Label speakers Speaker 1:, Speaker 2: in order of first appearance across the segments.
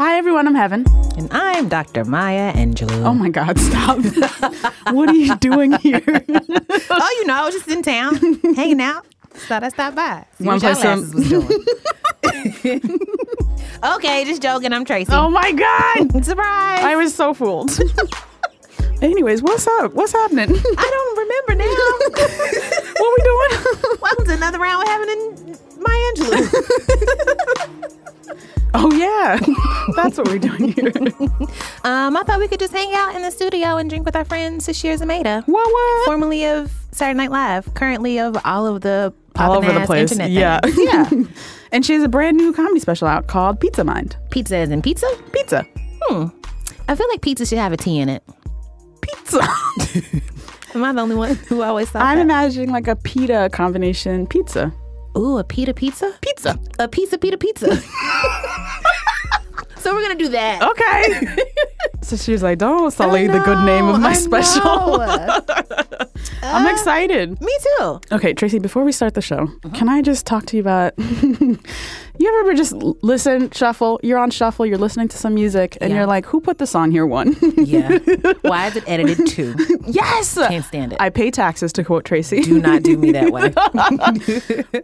Speaker 1: everyone, I'm Heaven.
Speaker 2: And I'm Dr. Maya Angelou.
Speaker 1: Oh my God, stop. what are you doing here?
Speaker 2: oh, you know, I was just in town hanging out. Thought I stopped by. See
Speaker 1: Wanna
Speaker 2: what y'all
Speaker 1: play some-
Speaker 2: asses was doing. okay, just joking. I'm Tracy.
Speaker 1: oh my God.
Speaker 2: Surprise!
Speaker 1: I was so fooled. Anyways, what's up? What's happening?
Speaker 2: I don't remember now.
Speaker 1: what we doing?
Speaker 2: Welcome to another round with Heaven and my Angelou.
Speaker 1: oh, yeah. That's what we're doing here.
Speaker 2: um, I thought we could just hang out in the studio and drink with our friends. This year's Amada.
Speaker 1: What, what?
Speaker 2: formerly of Saturday Night Live, currently of all of the
Speaker 1: All
Speaker 2: poppin'
Speaker 1: over the
Speaker 2: ass
Speaker 1: place.
Speaker 2: Internet
Speaker 1: Yeah.
Speaker 2: things. yeah.
Speaker 1: and she has a brand new comedy special out called Pizza Mind.
Speaker 2: Pizza is in pizza.
Speaker 1: Pizza.
Speaker 2: I feel like pizza should have a T in it.
Speaker 1: Pizza.
Speaker 2: Am I the only one who always thought
Speaker 1: I'm
Speaker 2: that?
Speaker 1: imagining like a pita combination pizza.
Speaker 2: Ooh, a pita pizza?
Speaker 1: Pizza.
Speaker 2: A pizza pita pizza. so we're gonna do that.
Speaker 1: Okay. so she was like, don't sully
Speaker 2: I
Speaker 1: Oh, the good name of
Speaker 2: know,
Speaker 1: my
Speaker 2: I
Speaker 1: special.
Speaker 2: know.
Speaker 1: I'm excited.
Speaker 2: Me too.
Speaker 1: Uh, Okay, Tracy, before we start the show,
Speaker 2: Uh-huh.
Speaker 1: can I just talk to you about you ever just l- listen, shuffle, you're on shuffle, you're listening to some music, and
Speaker 2: Yeah.
Speaker 1: you're like, who put this on here? One.
Speaker 2: Yeah. Why is it edited too?
Speaker 1: yes.
Speaker 2: Can't stand it.
Speaker 1: I pay taxes to quote Tracy.
Speaker 2: do not do me that way.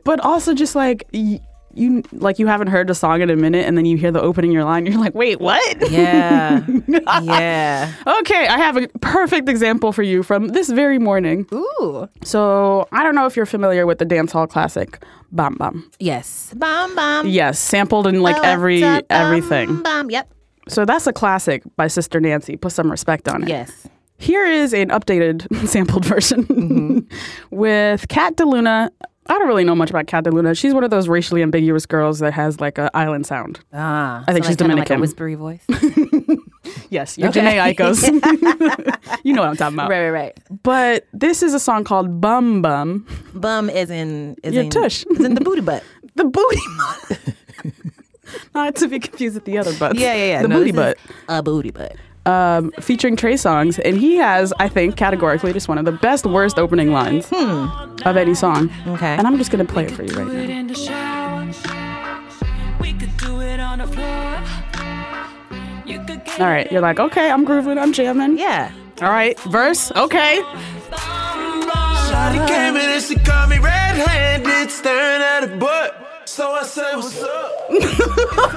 Speaker 1: but also just like y- you like you haven't heard a song in a minute and then you hear the opening of your line, you're like, wait, what?
Speaker 2: Yeah. Yeah.
Speaker 1: Okay, I have a perfect example for you from this very morning.
Speaker 2: Ooh.
Speaker 1: So I don't know if you're familiar with the dance hall classic, Bam Bam.
Speaker 2: Yes. Bomb bomb.
Speaker 1: Yes, sampled in like
Speaker 2: Oh,
Speaker 1: every
Speaker 2: da-
Speaker 1: everything.
Speaker 2: Bomb bomb. Yep.
Speaker 1: So that's a classic by Sister Nancy. Put some respect on it.
Speaker 2: Yes.
Speaker 1: Here is an updated sampled version
Speaker 2: Mm-hmm.
Speaker 1: with Kat DeLuna. I don't really know much about Kat DeLuna. She's one of those racially ambiguous girls that has like a island sound.
Speaker 2: Ah,
Speaker 1: I think
Speaker 2: so
Speaker 1: she's
Speaker 2: like, kinda Like
Speaker 1: Dominican.
Speaker 2: a whispery voice.
Speaker 1: Yes, you're
Speaker 2: Okay.
Speaker 1: Janae Eicos. you know what I'm talking about.
Speaker 2: right, right, right.
Speaker 1: But this is a song called Bum Bum.
Speaker 2: Bum is in is
Speaker 1: Your
Speaker 2: in
Speaker 1: tush.
Speaker 2: is in the booty butt.
Speaker 1: The booty butt. Not to be confused with the other butts.
Speaker 2: Yeah, yeah, yeah.
Speaker 1: The
Speaker 2: No,
Speaker 1: booty
Speaker 2: this is
Speaker 1: butt.
Speaker 2: A booty butt.
Speaker 1: um, featuring Trey Songs, and he has, I think, categorically just one of the best worst opening lines of any song.
Speaker 2: Hmm. Okay.
Speaker 1: And I'm just gonna play it for you right
Speaker 3: do
Speaker 1: now.
Speaker 3: it in the shower. We could do it on the floor. You could get
Speaker 1: All right, you're like, okay, I'm grooving, I'm jamming.
Speaker 2: Yeah.
Speaker 1: All right, verse, okay.
Speaker 4: Shawty came in and she caught me red-handed, staring at her butt. So I said, "What's up?"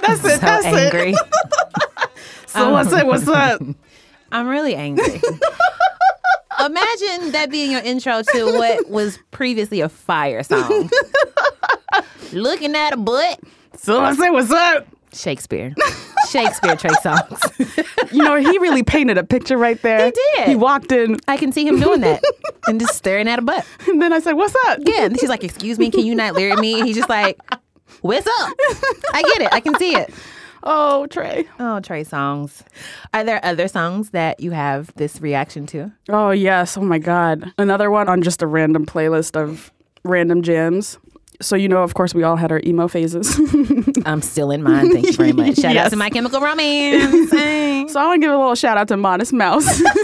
Speaker 1: That's it.
Speaker 2: So
Speaker 1: that's it.
Speaker 2: angry. Oh.
Speaker 1: So what's it? What's up?
Speaker 2: I'm really angry. Imagine that being your intro to what was previously a fire song. Looking at a butt.
Speaker 1: So what's it? What's up?
Speaker 2: Shakespeare. Shakespeare Trey songs.
Speaker 1: You know, he really painted a picture right there.
Speaker 2: He did.
Speaker 1: He walked in,
Speaker 2: I can see him doing that and just staring at a butt.
Speaker 1: and then I said, "What's up?"
Speaker 2: Yeah. And she's like, "Excuse me, can you not lyric me?" He's just like, "What's up?" I get it. I can see it.
Speaker 1: Oh, Trey.
Speaker 2: Oh, Trey songs. Are there other songs that you have this reaction to?
Speaker 1: Oh yes, oh my god. Another one on just a random playlist of random jams. So you know, of course, we all had our emo phases.
Speaker 2: I'm still in mine. Thank you very much. Shout out
Speaker 1: Yes.
Speaker 2: to My Chemical Romance. Hey.
Speaker 1: So I want to give a little shout out to Modest Mouse. and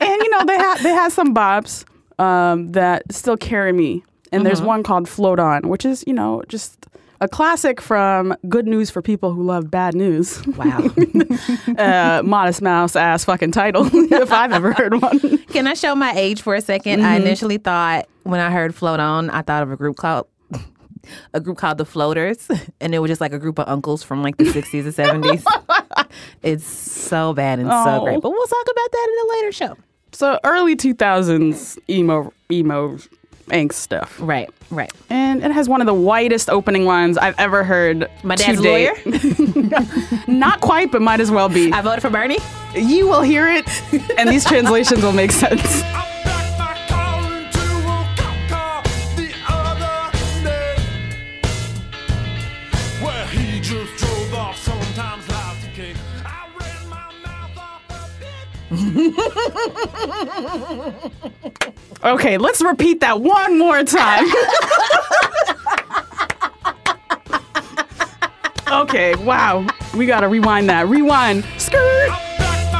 Speaker 1: you know they had they had some bops um, that still carry me. And there's one called Float On, which is you know just a classic from Good News for people who love bad news.
Speaker 2: wow.
Speaker 1: Uh, Modest Mouse ass fucking title if I've ever heard one.
Speaker 2: Can I show my age for a 2nd I initially thought when I heard Float On, I thought of a group called a group called the Floaters, and it was just like a group of uncles from like the 60s and 70s. it's so bad and so
Speaker 1: Oh.
Speaker 2: great. But we'll talk about that in a later show.
Speaker 1: So early 2000s emo emo angst stuff.
Speaker 2: Right, right.
Speaker 1: And it has one of the whitest opening lines I've ever heard.
Speaker 2: My
Speaker 1: to
Speaker 2: dad's a
Speaker 1: date. Not quite, but might as well be.
Speaker 2: I voted for Bernie.
Speaker 1: you will hear it, and these translations will make sense.
Speaker 4: I packed my car into a cop car the other day, where he just drove off. Sometimes life's a cake. I ran my mouth off a bit.
Speaker 1: Okay, let's repeat that one more time. okay, wow. We gotta rewind that. Rewind. Skirt.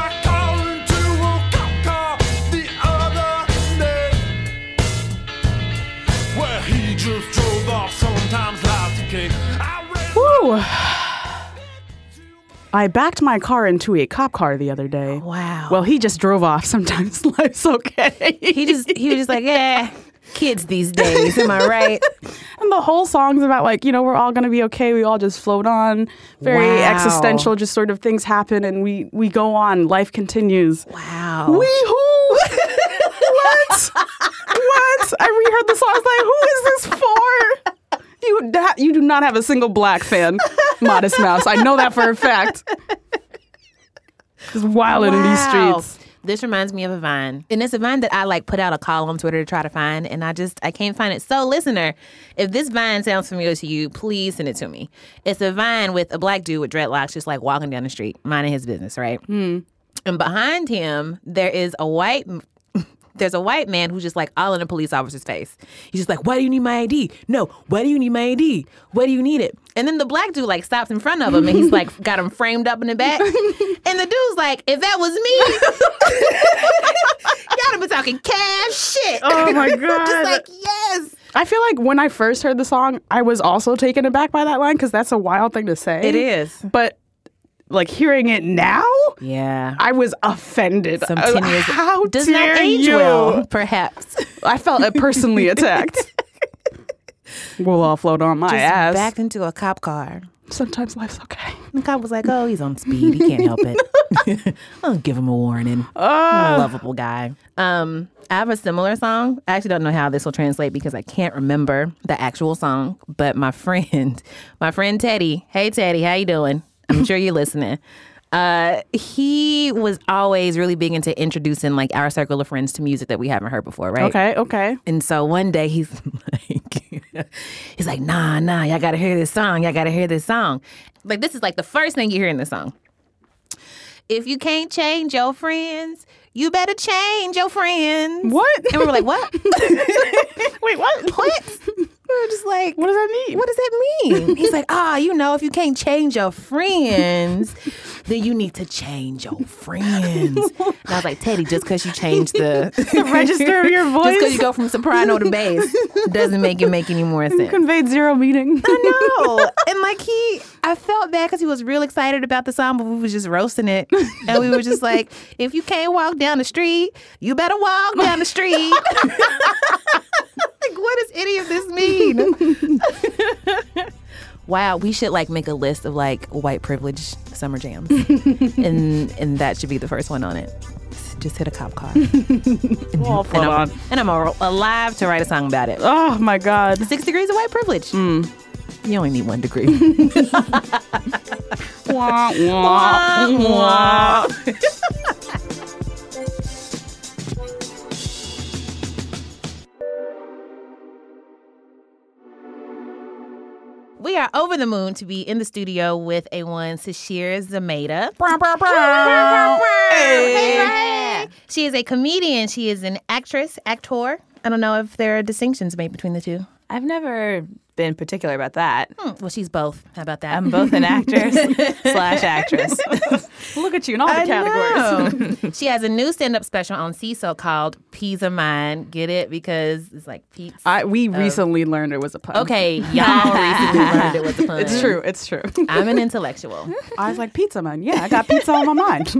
Speaker 4: I packed my car into a cop car the other day, where he just drove off.
Speaker 1: So, I backed my car into a cop car the other day.
Speaker 2: Oh, Wow.
Speaker 1: Well, he just drove off. Sometimes life's okay.
Speaker 2: He just he was just like, yeah, kids these days. Am I right?
Speaker 1: And the whole song's about like, you know, we're all gonna be okay. We all just float on. Very
Speaker 2: Wow.
Speaker 1: existential, just sort of things happen and we we go on. Life continues.
Speaker 2: Wow.
Speaker 1: Wee hoo! what? What? I reheard the song. I was like, who is this for? You da- you do not have a single black fan, Modest Mouse. I know that for a fact. It's wild in these
Speaker 2: Wow.
Speaker 1: streets.
Speaker 2: This reminds me of a vine. And it's a vine that I like put out a call on Twitter to try to find, and I just I can't find it. So listener, if this vine sounds familiar to you, please send it to me. It's a vine with a black dude with dreadlocks just like walking down the street, minding his business, right? And behind him, there is a white there's a white man who's just like all in a police officer's face. He's just like, "Why do you need my ID? No, why do you need my ID? Why do you need it?" And then the black dude like stops in front of him and he's like, got him framed up in the back. And the dude's like, "If that was me, y'all have been talking cash shit."
Speaker 1: Oh my god.
Speaker 2: just like yes,
Speaker 1: I feel like when I first heard the song, I was also taken aback by that line because that's a wild thing to say.
Speaker 2: It is.
Speaker 1: But like hearing it now,
Speaker 2: yeah.
Speaker 1: I was offended.
Speaker 2: Some
Speaker 1: I was
Speaker 2: ten
Speaker 1: like,
Speaker 2: years
Speaker 1: How
Speaker 2: does
Speaker 1: dare
Speaker 2: not age
Speaker 1: you?
Speaker 2: well, perhaps.
Speaker 1: I felt uh, personally attacked. we'll all float on my ass.
Speaker 2: Backed into a cop car.
Speaker 1: Sometimes life's okay.
Speaker 2: The cop was like, "Oh, he's on speed. He can't help it. I'll give him a warning." Lovable guy. Ah. Um, I have a similar song. I actually don't know how this will translate because I can't remember the actual song. But my friend, my friend Teddy. Hey, Teddy, how you doing? I'm sure you're listening. Uh, he was always really big into introducing like our circle of friends to music that we haven't heard before, right?
Speaker 1: Okay, okay.
Speaker 2: And so one day he's like, he's like, nah, nah, y'all gotta hear this song. Y'all gotta hear this song. Like, this is like the first thing you hear in the song. If you can't change your friends, you better change your friends.
Speaker 1: What?
Speaker 2: And we were like, what?
Speaker 1: Wait, what?
Speaker 2: what? We were just like,
Speaker 1: What does that mean?
Speaker 2: what does that mean? He's like, ah, you know, if you can't change your friends, then you need to change your friends. And I was like, Teddy, just because you change the,
Speaker 1: register of your
Speaker 2: just
Speaker 1: voice?
Speaker 2: because you go from soprano to bass doesn't make it make any more sense.
Speaker 1: Conveyed zero meaning.
Speaker 2: No, and like he, I felt bad because he was real excited about the song, but we was just roasting it, and we were just like, "If you can't walk down the street, you better walk down the street." like, what does any of this mean? wow, we should like make a list of like white privilege summer jams, and and that should be the first one on it. Just hit a cop car, and
Speaker 1: We'll all float
Speaker 2: I'm,
Speaker 1: on.
Speaker 2: and I'm al- alive to write a song about it.
Speaker 1: Oh my god.
Speaker 2: Six degrees of white privilege.
Speaker 1: Hmm.
Speaker 2: You only need one degree.
Speaker 1: Wah, wah, wah.
Speaker 2: we are over the moon to be in the studio with a one Sashir Zameda. Hey, Ray. She is a comedian. She is an actress, actor. I don't know if there are distinctions made between the two.
Speaker 5: I've never been particular about that.
Speaker 2: Hmm, Well, she's both. How about that?
Speaker 5: I'm both an actress slash actress.
Speaker 1: Look at you in all the categories.
Speaker 2: know. she has a new stand-up special on CISO called Peas of Mine. Get it? Because it's like Pete's.
Speaker 1: I, we recently learned it was a pun.
Speaker 2: Oh. okay, y'all recently learned it was a pun.
Speaker 1: It's true. It's true.
Speaker 2: I'm an intellectual.
Speaker 1: I was like, pizza man. Yeah, I got pizza on my mind.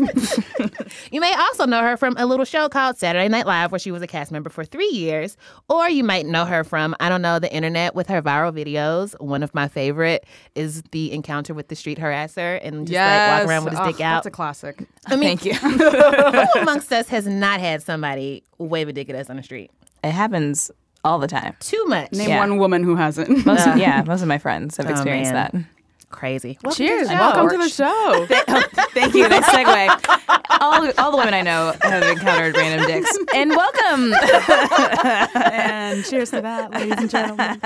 Speaker 2: You may also know her from a little show called Saturday Night Live, where she was a cast member for three years. Or you might know her from, I don't know, the internet with her viral videos. One of my favorite is the encounter with the street harasser and just like walk around with his dick out.
Speaker 1: classic.
Speaker 2: I mean,
Speaker 5: Thank you.
Speaker 2: who amongst us has not had somebody wave a dick at us on the street?
Speaker 5: It happens all the time.
Speaker 2: Too much.
Speaker 1: Name
Speaker 5: Yeah.
Speaker 1: one woman who hasn't.
Speaker 5: Most of, yeah, most of my friends have experienced that.
Speaker 2: Oh, man. Crazy. Welcome
Speaker 5: Cheers.
Speaker 2: To the show.
Speaker 5: Welcome
Speaker 1: Welcome to the show.
Speaker 5: Thank you. Nice segue. All, all the women I know have encountered random dicks. And welcome.
Speaker 1: and cheers to that, ladies and gentlemen.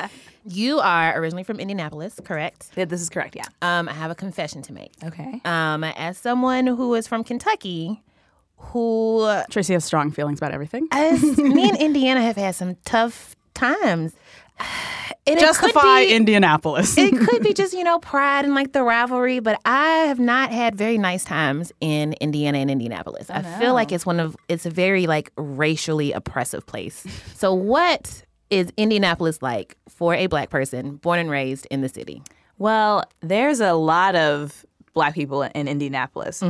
Speaker 2: You are originally from Indianapolis, correct?
Speaker 5: Yeah, This is correct. Yeah.
Speaker 2: Um, I have a confession to make.
Speaker 5: Okay.
Speaker 2: Um, as someone who is from Kentucky, who
Speaker 1: Tracy has strong feelings about everything.
Speaker 2: us, me and Indiana have had some tough times. And
Speaker 1: Justify
Speaker 2: it. Could
Speaker 1: Indianapolis.
Speaker 2: be, it could be just you know pride and like the rivalry, but I have not had very nice times in Indiana and Indianapolis. I feel like it's one of it's a very like racially oppressive place. So what is Indianapolis like for a black person born and raised in the city?
Speaker 5: Well, there's a lot of black people in Indianapolis.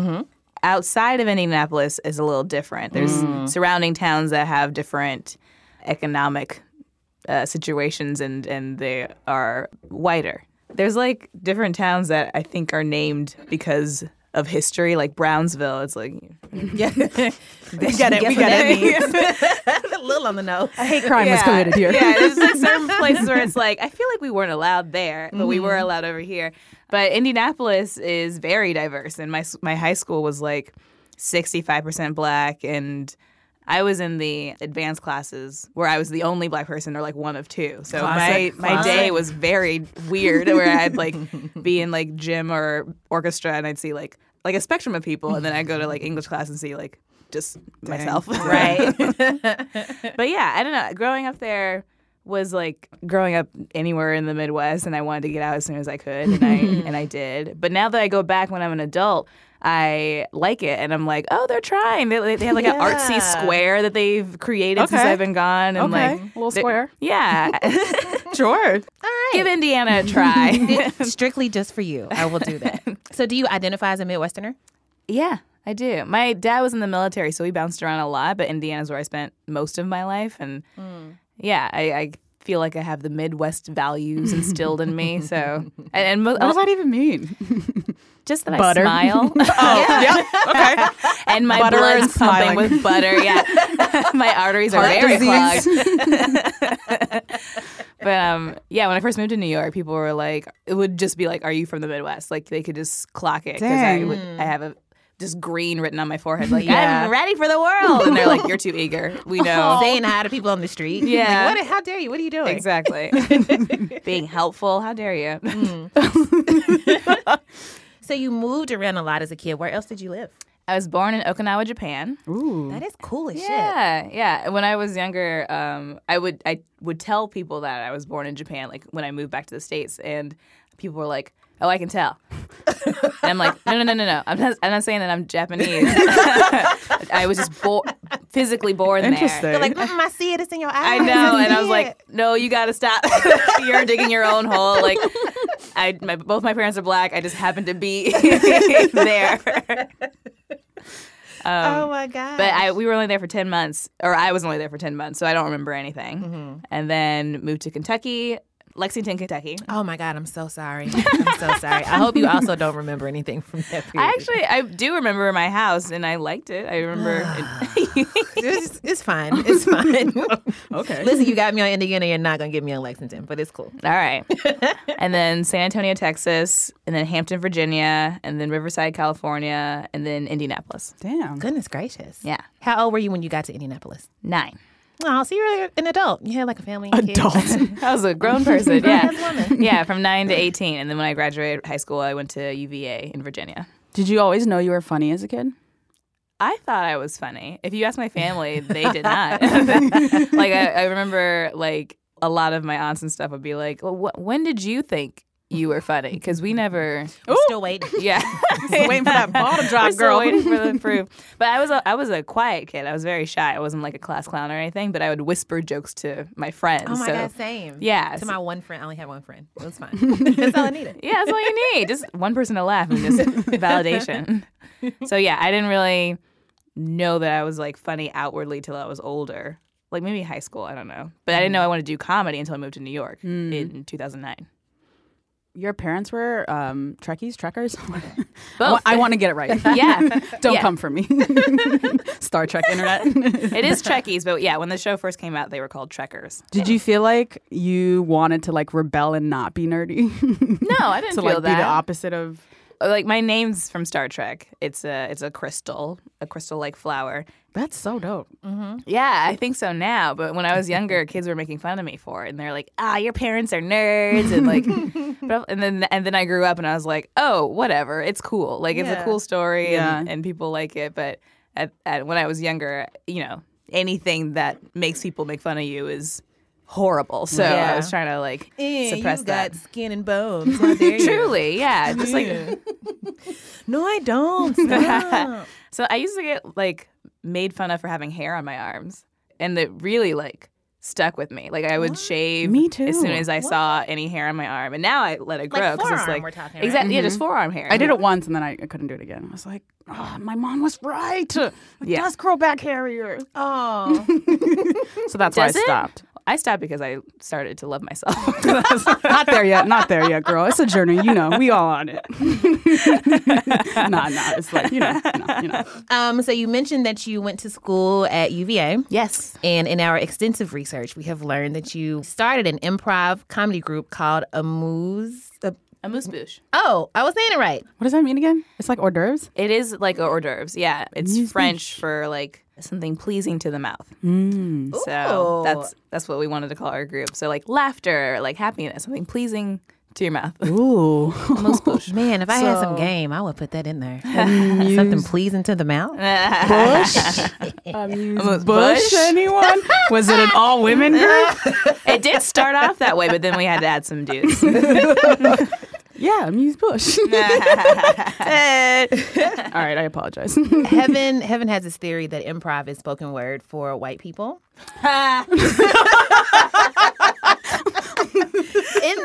Speaker 5: Outside of Indianapolis is a little different. There's surrounding towns that have different economic uh, situations and, and they are whiter. There's like different towns that I think are named because of history, like Brownsville. It's like,
Speaker 2: Yeah. we
Speaker 5: got it, we got it.
Speaker 2: a little on the nose.
Speaker 1: Hate crime was committed here.
Speaker 5: Yeah, there's like certain places where it's like I feel like we weren't allowed there, but we
Speaker 1: Mm-hmm.
Speaker 5: were allowed over here. But Indianapolis is very diverse, and my s- my high school was like 65% black, and I was in the advanced classes where I was the only black person or like one of two. So
Speaker 2: Classic,
Speaker 5: my my day
Speaker 2: classic.
Speaker 5: was very weird, where I'd like be in like gym or orchestra, and I'd see like like a spectrum of people, and then I'd go to like English class and see like just myself,
Speaker 2: Right.
Speaker 5: but yeah, I don't know. Growing up there was like growing up anywhere in the Midwest, and I wanted to get out as soon as I could, and I and I did. But now that I go back when I'm an adult, I like it, and I'm like, oh, they're trying. They, they have like an artsy
Speaker 2: Yeah.
Speaker 5: square that they've created since
Speaker 1: Okay.
Speaker 5: I've been gone, and
Speaker 1: Okay.
Speaker 5: like
Speaker 1: Little
Speaker 5: they-
Speaker 1: square.
Speaker 5: Yeah,
Speaker 1: Sure.
Speaker 5: give Indiana a try.
Speaker 2: Strictly just for you. I will do that. so, do you identify as a Midwesterner?
Speaker 5: yeah. I do. My dad was in the military, so we bounced around a lot, but Indiana's where I spent most of my life. And yeah, I, I feel like I have the Midwest values instilled in me. So, and, and mo-
Speaker 1: What does that even mean?
Speaker 5: just that
Speaker 1: Butter.
Speaker 5: I smile. Oh,
Speaker 1: yeah. Okay.
Speaker 5: and my
Speaker 1: Butter
Speaker 5: blood's
Speaker 1: and
Speaker 5: pumping
Speaker 1: smiling.
Speaker 5: with butter. Yeah, my arteries are
Speaker 1: Heart
Speaker 5: very
Speaker 1: disease.
Speaker 5: clogged. but um, yeah, when I first moved to New York, people were like, it would just be like, "Are you from the Midwest?" Like they could just clock it because I
Speaker 1: Dang.
Speaker 5: would, I have a just green written on my forehead, like
Speaker 2: Yeah.
Speaker 5: I'm ready for the world, and they're like, "You're too eager." We know.
Speaker 2: Saying hi to people on the street.
Speaker 5: Yeah.
Speaker 2: Like, what, how dare you? What are you doing?
Speaker 5: Exactly. Being helpful. How dare you?
Speaker 1: Mm.
Speaker 2: So, you moved around a lot as a kid. Where else did you live?
Speaker 5: I was born in Okinawa, Japan.
Speaker 1: Ooh.
Speaker 2: That is cool as
Speaker 5: Yeah, yeah. When I was younger, um, I would I would tell people that I was born in Japan, like when I moved back to the states, and people were like, "Oh, I can tell." and I'm like, "No, no, no, no, no. I'm not. I'm not saying that I'm Japanese. I was just bo- physically born
Speaker 1: Interesting.
Speaker 5: there."
Speaker 2: shit. Like, mm, I see it. It's in your eyes.
Speaker 5: I know, and I was
Speaker 2: see it."
Speaker 5: like, "No, you got to stop. You're digging your own hole." Like, I my, both my parents are black. I just happened to be there. Um,
Speaker 2: oh my God.
Speaker 5: But I, we were only there for 10 months, or I was only there for 10 months, so I don't remember anything.
Speaker 2: Mm-hmm.
Speaker 5: And then moved to Kentucky, Lexington, Kentucky.
Speaker 2: Oh my God, I'm so sorry. I'm so sorry. I hope you also don't remember anything from that period.
Speaker 5: I actually, I do remember my house, and I liked it. I remember.
Speaker 2: it's, it's fine. It's fine.
Speaker 1: Okay.
Speaker 2: Listen, you got me on Indiana. You're not gonna get me on Lexington, but it's cool.
Speaker 5: All right. and then San Antonio, Texas, and then Hampton, Virginia, and then Riverside, California, and then Indianapolis.
Speaker 1: Damn.
Speaker 2: Goodness gracious.
Speaker 5: Yeah.
Speaker 2: How old were you when you got to Indianapolis?
Speaker 5: Nine.
Speaker 2: Oh, so you were an adult. You had like a family. and kids.
Speaker 1: Adult.
Speaker 5: I was a grown person. Yeah.
Speaker 2: Grown-ass
Speaker 5: Yeah, from nine to 18. And then when I graduated high school, I went to UVA in Virginia.
Speaker 1: Did you always know you were funny as a kid?
Speaker 5: I thought I was funny. If you ask my family, they did not. like I, I remember, like a lot of my aunts and stuff would be like, "Well, wh- when did you think you were funny?" Because we never,
Speaker 2: I'm Still waiting.
Speaker 5: yeah,
Speaker 1: waiting for that bottom
Speaker 5: We're
Speaker 1: drop,
Speaker 5: still waiting for the proof. But I was a, I was a quiet kid. I was very shy. I wasn't like a class clown or anything. But I would whisper jokes to my friends.
Speaker 2: Oh my
Speaker 5: so.
Speaker 2: God, same.
Speaker 5: Yeah,
Speaker 2: To
Speaker 5: so-
Speaker 2: my one friend, I only had one friend. It was fine. That's all I needed.
Speaker 5: Yeah, that's all you need. Just one person to laugh and just validation. So yeah, I didn't really know that I was like funny outwardly till I was older. Like maybe high school, I don't know. But I didn't know I wanted to do comedy until I moved to New York in 2009.
Speaker 1: Your parents were um, Trekkies, Trekkers? I,
Speaker 5: Both.
Speaker 1: want to get it right.
Speaker 5: Yeah.
Speaker 1: Don't
Speaker 5: Yeah.
Speaker 1: come for me. Star Trek internet.
Speaker 5: It is Trekkies, but yeah, when the show first came out, they were called Trekkers.
Speaker 1: Did you feel like you wanted to like rebel and not be nerdy?
Speaker 5: No, I didn't
Speaker 1: to
Speaker 5: feel
Speaker 1: like
Speaker 5: that.
Speaker 1: be the opposite of
Speaker 5: Like my name's from Star Trek. It's a it's a crystal, a crystal like flower.
Speaker 2: Mm-hmm.
Speaker 1: that's so dope.
Speaker 5: Yeah, I think so now. But when I was younger, kids were making fun of me for it, and they're like, "Ah, your parents are nerds," and like, but, and then and then I grew up, and I was like, "Oh, whatever, it's cool. Like, it's a
Speaker 2: Yeah.
Speaker 5: cool story, and,
Speaker 1: Yeah.
Speaker 5: and people like it." But at, at when I was younger, you know, anything that makes people make fun of you is horrible. So I
Speaker 2: Yeah.
Speaker 5: was trying to like
Speaker 2: Eh,
Speaker 5: suppress
Speaker 2: you
Speaker 5: that.
Speaker 2: got skin and bones. How dare you?
Speaker 5: Truly, yeah, just like
Speaker 2: No, I don't. Stop.
Speaker 5: So I used to get like made fun of for having hair on my arms, and that really like stuck with me. Like I would shave
Speaker 1: Me too.
Speaker 5: as soon as I saw any hair on my arm, and now I let it grow it's
Speaker 2: forearm
Speaker 5: like
Speaker 2: we're talking, right? Mm-hmm.
Speaker 5: exactly yeah, just forearm hair.
Speaker 1: I did it once and then I, I couldn't do it again. I was like, oh, my mom was right. It
Speaker 5: Yeah.
Speaker 1: does grow back hairier.
Speaker 2: Oh,
Speaker 1: So that's
Speaker 5: Does
Speaker 1: why I
Speaker 5: it?
Speaker 1: stopped.
Speaker 5: I stopped because I started to love myself.
Speaker 1: not there yet. Not there yet, girl. It's a journey. You know, we all on it. nah, nah. It's like, you know, no, you know.
Speaker 2: um, so you mentioned that you went to school at UVA.
Speaker 5: yes.
Speaker 2: And in our extensive research, we have learned that you started an improv comedy group called Amuse. uh,
Speaker 5: A moose boosh.
Speaker 2: Oh, I was saying it right.
Speaker 1: What does that mean again? It's like hors d'oeuvres?
Speaker 5: It is like hors d'oeuvres. Yeah, it's French for like something pleasing to the mouth. So
Speaker 2: Mm. Ooh.
Speaker 5: that's that's what we wanted to call our group. So like laughter, like happiness, something pleasing to your mouth.
Speaker 1: Ooh.
Speaker 2: Man, if I had some
Speaker 5: So-
Speaker 2: game, I would put that in there. Something pleasing to the mouth.
Speaker 1: Bush?
Speaker 5: Bush?
Speaker 1: Bush, anyone? Was it an all women group?
Speaker 5: it did start off that way, but then we had to add some dudes.
Speaker 1: Yeah, Amuse Bush. all right, I apologize.
Speaker 2: Heaven, Heaven has this theory that improv is spoken word for white people. in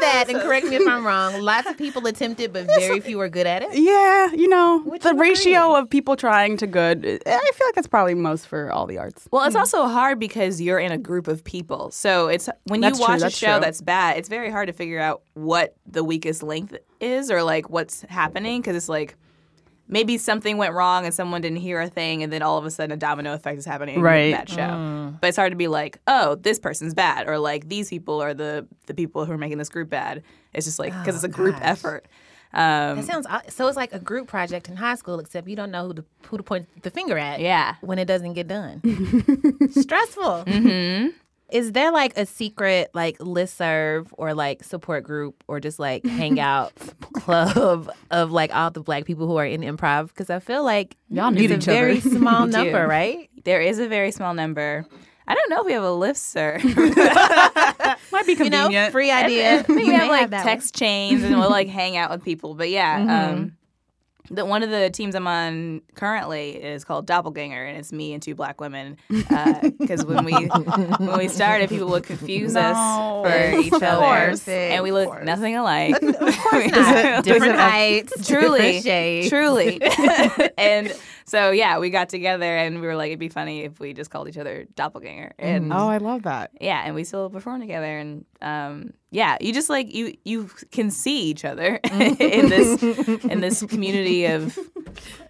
Speaker 2: that, and correct me if I'm wrong, lots of people attempt it, but very few are good at it.
Speaker 1: yeah, you know, the
Speaker 2: one are
Speaker 1: ratio of people trying to good, eh, I feel like that's probably most for all the arts.
Speaker 5: Well, it's also hard because you're in a group of people. So it's when
Speaker 1: That's
Speaker 5: you
Speaker 1: true,
Speaker 5: watch a
Speaker 1: that's
Speaker 5: show
Speaker 1: true.
Speaker 5: that's bad, it's very hard to figure out what the weakest link is or like what's happening because it's like maybe something went wrong and someone didn't hear a thing and then all of a sudden a domino effect is happening in
Speaker 1: Right.
Speaker 5: that show. But it's hard to be like, "Oh, this person's bad" or like these people are the the people who are making this group bad. It's just like because it's a group effort. Um,
Speaker 2: That sounds aw- so. It's like a group project in high school, except you don't know who to who to point the finger at.
Speaker 5: Yeah.
Speaker 2: when it doesn't get done, stressful. Mm-hmm. Is there like a secret like listserv or like support group or just like hangout club of like all the black people who are in improv? Because I feel like y'all
Speaker 1: need
Speaker 2: it's
Speaker 1: each
Speaker 2: a
Speaker 1: other.
Speaker 2: very small
Speaker 5: do.
Speaker 2: number, right?
Speaker 5: there is a very small number. I don't know if we have a list, sir.
Speaker 1: Might be
Speaker 2: You know,
Speaker 1: convenient.
Speaker 2: free idea.
Speaker 5: we
Speaker 2: may
Speaker 5: have like
Speaker 2: that one. Mm-hmm.
Speaker 5: text chains and we'll like hang out with people. But yeah, um, the, one of the teams I'm on currently is called Doppelganger, and it's me and two black women. Because when we when we started, people would confuse
Speaker 1: No.
Speaker 5: us for each
Speaker 2: Of
Speaker 5: other,
Speaker 2: course.
Speaker 5: and we look nothing alike.
Speaker 2: Not different heights,
Speaker 5: Truly,
Speaker 2: different shades.
Speaker 5: truly, and so yeah, we got together and we were like, it'd be funny if we just called each other doppelganger, and
Speaker 1: Oh, I love that.
Speaker 5: yeah and we still perform together and um yeah you just like you you can see each other in this in this community of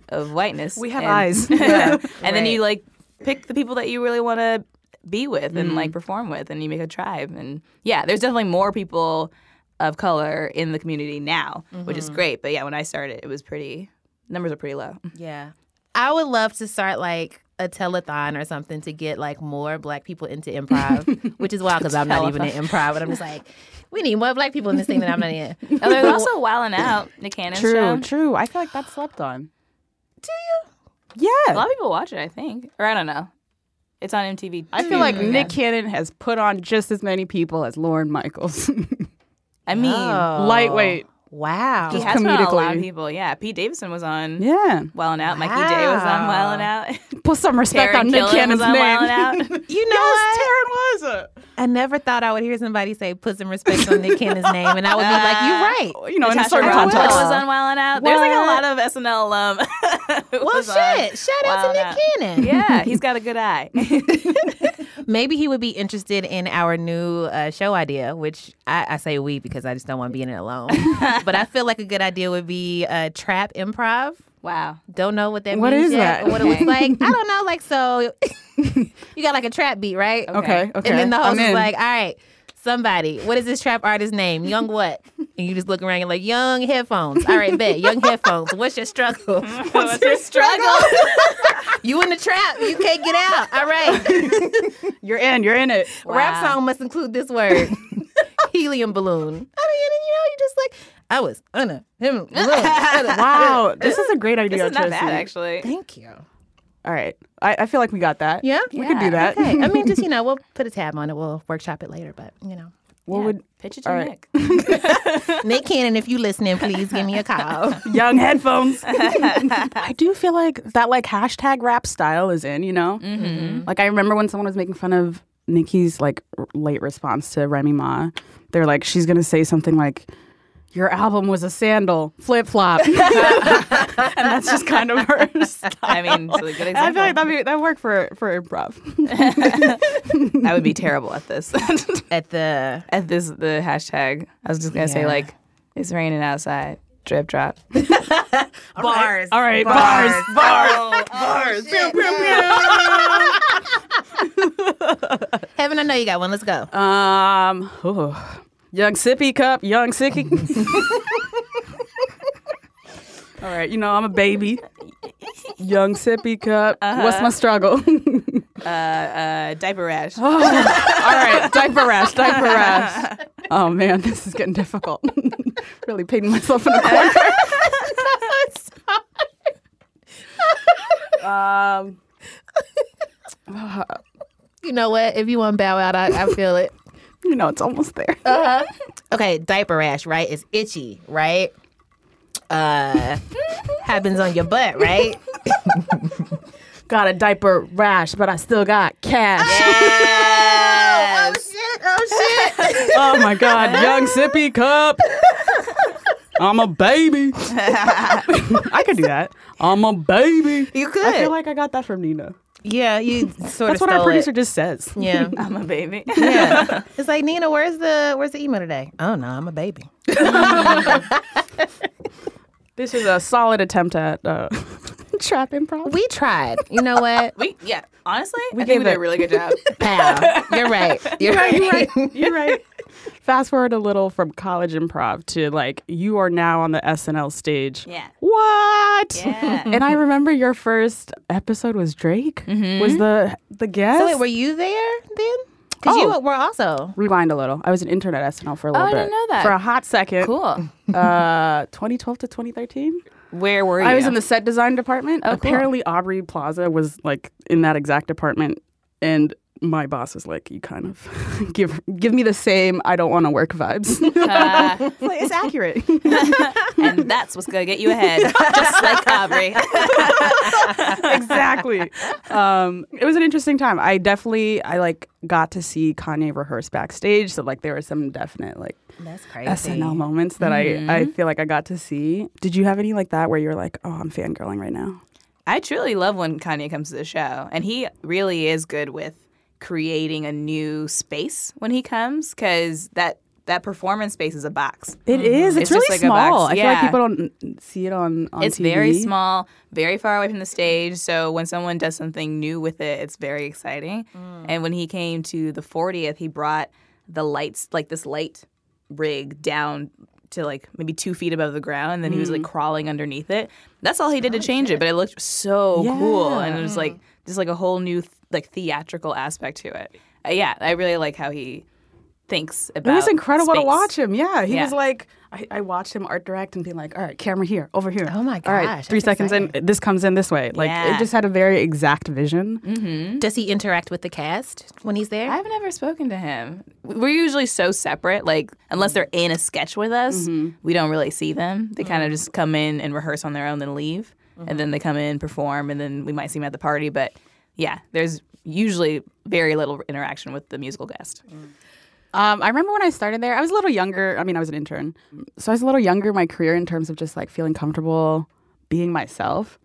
Speaker 5: of whiteness we
Speaker 1: have eyes.
Speaker 5: and then you
Speaker 2: Right.
Speaker 5: like pick the people that you really want to be with and
Speaker 1: Mm.
Speaker 5: like perform with and you make a tribe and yeah there's definitely more people of color in the community now which
Speaker 1: Mm-hmm.
Speaker 5: is great but yeah when i started it was pretty numbers are pretty low
Speaker 2: Yeah. I would love to start like a telethon or something to get like more black people into improv, which is wild because I'm not even in improv, but I'm just like, we need more black people in this thing that I'm not in.
Speaker 5: oh there's also wildin out nick cannon's
Speaker 1: True,
Speaker 5: show
Speaker 1: true. I feel like that's slept on. Do you? Yeah.
Speaker 5: a lot of people watch it i think or i don't know it's on mtv
Speaker 1: I feel like Nick Cannon has put on just as many people as Lauren Michaels.
Speaker 5: I mean,
Speaker 1: Lightweight.
Speaker 2: Oh, Wow.
Speaker 5: he has been on a lot of
Speaker 1: Oh. comedically.
Speaker 5: people. Yeah, Pete Davidson was on
Speaker 1: Yeah.
Speaker 5: Well and Out. Mikey Day was on Well and Out.
Speaker 1: Put some respect
Speaker 5: Taryn
Speaker 1: on Nick
Speaker 5: Killen
Speaker 1: Cannon's
Speaker 5: was on Well and Out.
Speaker 1: name.
Speaker 2: You know
Speaker 1: yes,
Speaker 2: what?
Speaker 1: Taryn was Uh,
Speaker 2: I never thought I would hear somebody say, put some respect on Nick Cannon's name. And I would be like, you're right.
Speaker 1: You know, in a
Speaker 5: Natasha
Speaker 1: certain
Speaker 5: Rothwell
Speaker 1: context.
Speaker 5: was on Well and Out. There's like a lot of SNL alum.
Speaker 2: Well,
Speaker 5: who was on
Speaker 2: shit. Shout out
Speaker 5: Wild
Speaker 2: to
Speaker 5: Out.
Speaker 2: Nick Cannon.
Speaker 5: Yeah, he's got a good eye.
Speaker 2: Maybe he would be interested in our new uh, show idea, which I, I say we because I just don't want to be in it alone. but I feel like a good idea would be uh, trap improv.
Speaker 5: wow.
Speaker 2: Don't know what that
Speaker 1: What
Speaker 2: means
Speaker 1: is
Speaker 2: yet,
Speaker 1: that?
Speaker 2: or What it looks like? I don't know. Like so, you got like a trap beat, right?
Speaker 1: Okay, okay.
Speaker 2: And then the
Speaker 1: I'm
Speaker 2: host is
Speaker 1: in.
Speaker 2: like, "All right, somebody, what is this trap artist's name? Young what?" And you just look around, you're like, "Young headphones." All right, bet. Young headphones. What's your struggle?
Speaker 5: What's your struggle?
Speaker 2: you in the trap. You can't get out. All right.
Speaker 1: You're in, you're in it.
Speaker 2: Rap
Speaker 5: Wow.
Speaker 2: song must include this word. Helium balloon. I mean, and, you know, you just like, I was on a him balloon.
Speaker 1: Wow, this is a great idea.
Speaker 5: this is not
Speaker 1: Chelsea.
Speaker 5: bad, actually.
Speaker 2: Thank you.
Speaker 1: All right, I, I feel like we got that.
Speaker 2: Yeah?
Speaker 1: we could do that.
Speaker 2: Okay. I mean, just you know, we'll put a tab on it. We'll workshop it later, but you know,
Speaker 1: What would
Speaker 5: Pitch it to
Speaker 1: All right.
Speaker 5: Nick.
Speaker 2: Nick Cannon, if you listening, please give me a call.
Speaker 1: young headphones? I do feel Mm-hmm. like that like hashtag rap style is in. You know, mm-hmm. like I remember when someone was making fun of Nikki's like r- late response to Remy Ma. They're like, she's gonna say something like, "Your album was a sandal, flip flop," and that's just kind of her. style.
Speaker 5: I mean, it's a good
Speaker 1: I feel
Speaker 5: example.
Speaker 1: like that'd be, that worked for for improv.
Speaker 5: I would be terrible at this.
Speaker 2: at the
Speaker 5: at this, the hashtag. I was just gonna say
Speaker 2: Yeah.
Speaker 5: like, it's raining outside. Drip drop.
Speaker 2: bars.
Speaker 1: All right,
Speaker 2: Bars.
Speaker 1: bars.
Speaker 2: Bars. Bars. Heaven, I know you got one. Let's go.
Speaker 1: Um, ooh. young sippy cup, young sicky. All right, you know I'm a baby. Young sippy cup. What's my struggle?
Speaker 5: A diaper rash.
Speaker 1: All right, diaper rash, diaper rash. Oh man, this is getting difficult. really painting myself in a corner. um,
Speaker 2: You know what? If you want to bow out, I, I feel it.
Speaker 1: you know, it's almost there.
Speaker 2: Okay, diaper rash, right? It's itchy, right? Uh, happens on your butt, right?
Speaker 1: got a diaper rash, but I still got cash.
Speaker 2: Yes. Oh shit! Oh shit!
Speaker 1: Oh my God, young sippy cup. I'm a baby. I could do that. I'm a baby.
Speaker 2: You could.
Speaker 1: I feel like I got that from Nina.
Speaker 2: yeah, you sort
Speaker 1: That's
Speaker 2: of
Speaker 1: what our
Speaker 2: stole
Speaker 1: producer
Speaker 2: it.
Speaker 1: just says.
Speaker 2: Yeah.
Speaker 5: I'm a baby.
Speaker 2: yeah. It's like Nina, where's the where's the email today? Oh no, I'm a baby.
Speaker 1: This is a solid attempt at uh, trap improv.
Speaker 2: We tried. You know what?
Speaker 5: we yeah. Honestly, we I
Speaker 1: gave
Speaker 5: think we did
Speaker 1: it-
Speaker 5: a really good job.
Speaker 2: Pow. You're right. You're right.
Speaker 1: You're right. You're right. Fast forward a little from college improv to like you are now on the SNL stage.
Speaker 5: Yeah.
Speaker 1: What?
Speaker 5: Yeah.
Speaker 1: And I remember your first episode was Drake. Was the the guest?
Speaker 2: So wait, were you there then? Because
Speaker 1: Oh.
Speaker 2: you were also.
Speaker 1: rewind a little. I was an intern at SNL for a little
Speaker 5: Oh, I
Speaker 1: bit.
Speaker 5: didn't know that.
Speaker 1: For a hot second.
Speaker 5: Cool.
Speaker 1: Uh, 2012 to 2013.
Speaker 5: Where were you? Oh,
Speaker 1: I was in the set design department. Apparently, Aubrey Plaza was like in that exact department, and my boss is like, "You kind of give give me the same. I don't want to work vibes. Like, it's accurate.
Speaker 5: and that's what's gonna get you ahead, just like Aubrey.
Speaker 1: exactly. Um, it was an interesting time. I definitely I like got to see Kanye rehearse backstage. So like there were some definite like
Speaker 2: That's crazy.
Speaker 1: SNL moments that I I feel like I got to see. Did you have any like that where you were like, oh, I'm fangirling right now?
Speaker 5: I truly love when Kanye comes to the show, and he really is good with creating a new space when he comes because that that performance space is a box.
Speaker 1: It is.
Speaker 5: It's just like a box. Yeah.
Speaker 1: people don't see it on on
Speaker 5: it's very small, very far away from the stage. So when someone does something new with it, it's very exciting.
Speaker 1: Mm.
Speaker 5: And when he came to the 40th, he brought the lights, like this light rig, down to like maybe two feet above the ground. And then he was
Speaker 1: Mm.
Speaker 5: like crawling underneath it. That's all he did to change it, but it looked so cool. And it was like just like a whole new th- like theatrical aspect to it. Uh, yeah, I really like how he thinks about
Speaker 1: It was incredible to
Speaker 5: space.
Speaker 1: watch him. Yeah, he
Speaker 5: Yeah.
Speaker 1: was like, I, I watched him art direct and be like, all right, camera here, over here.
Speaker 2: Oh my
Speaker 1: All right,
Speaker 2: gosh,
Speaker 1: three
Speaker 2: that's
Speaker 1: seconds in, this comes in this way. Like it
Speaker 5: Yeah.
Speaker 1: just had a very exact vision.
Speaker 2: Does he interact with the cast when he's there?
Speaker 5: I've never spoken to him. We're usually so separate. Like, unless they're in a sketch with us, we don't really see them. They kind of just come in and rehearse on their own, then leave. And then they come in, perform, and then we might see them at the party. But yeah, there's usually very little interaction with the musical guest.
Speaker 1: Um, I remember when I started there, I was a little younger. I mean, I was an intern. So I was a little younger in my career in terms of just like feeling comfortable being myself.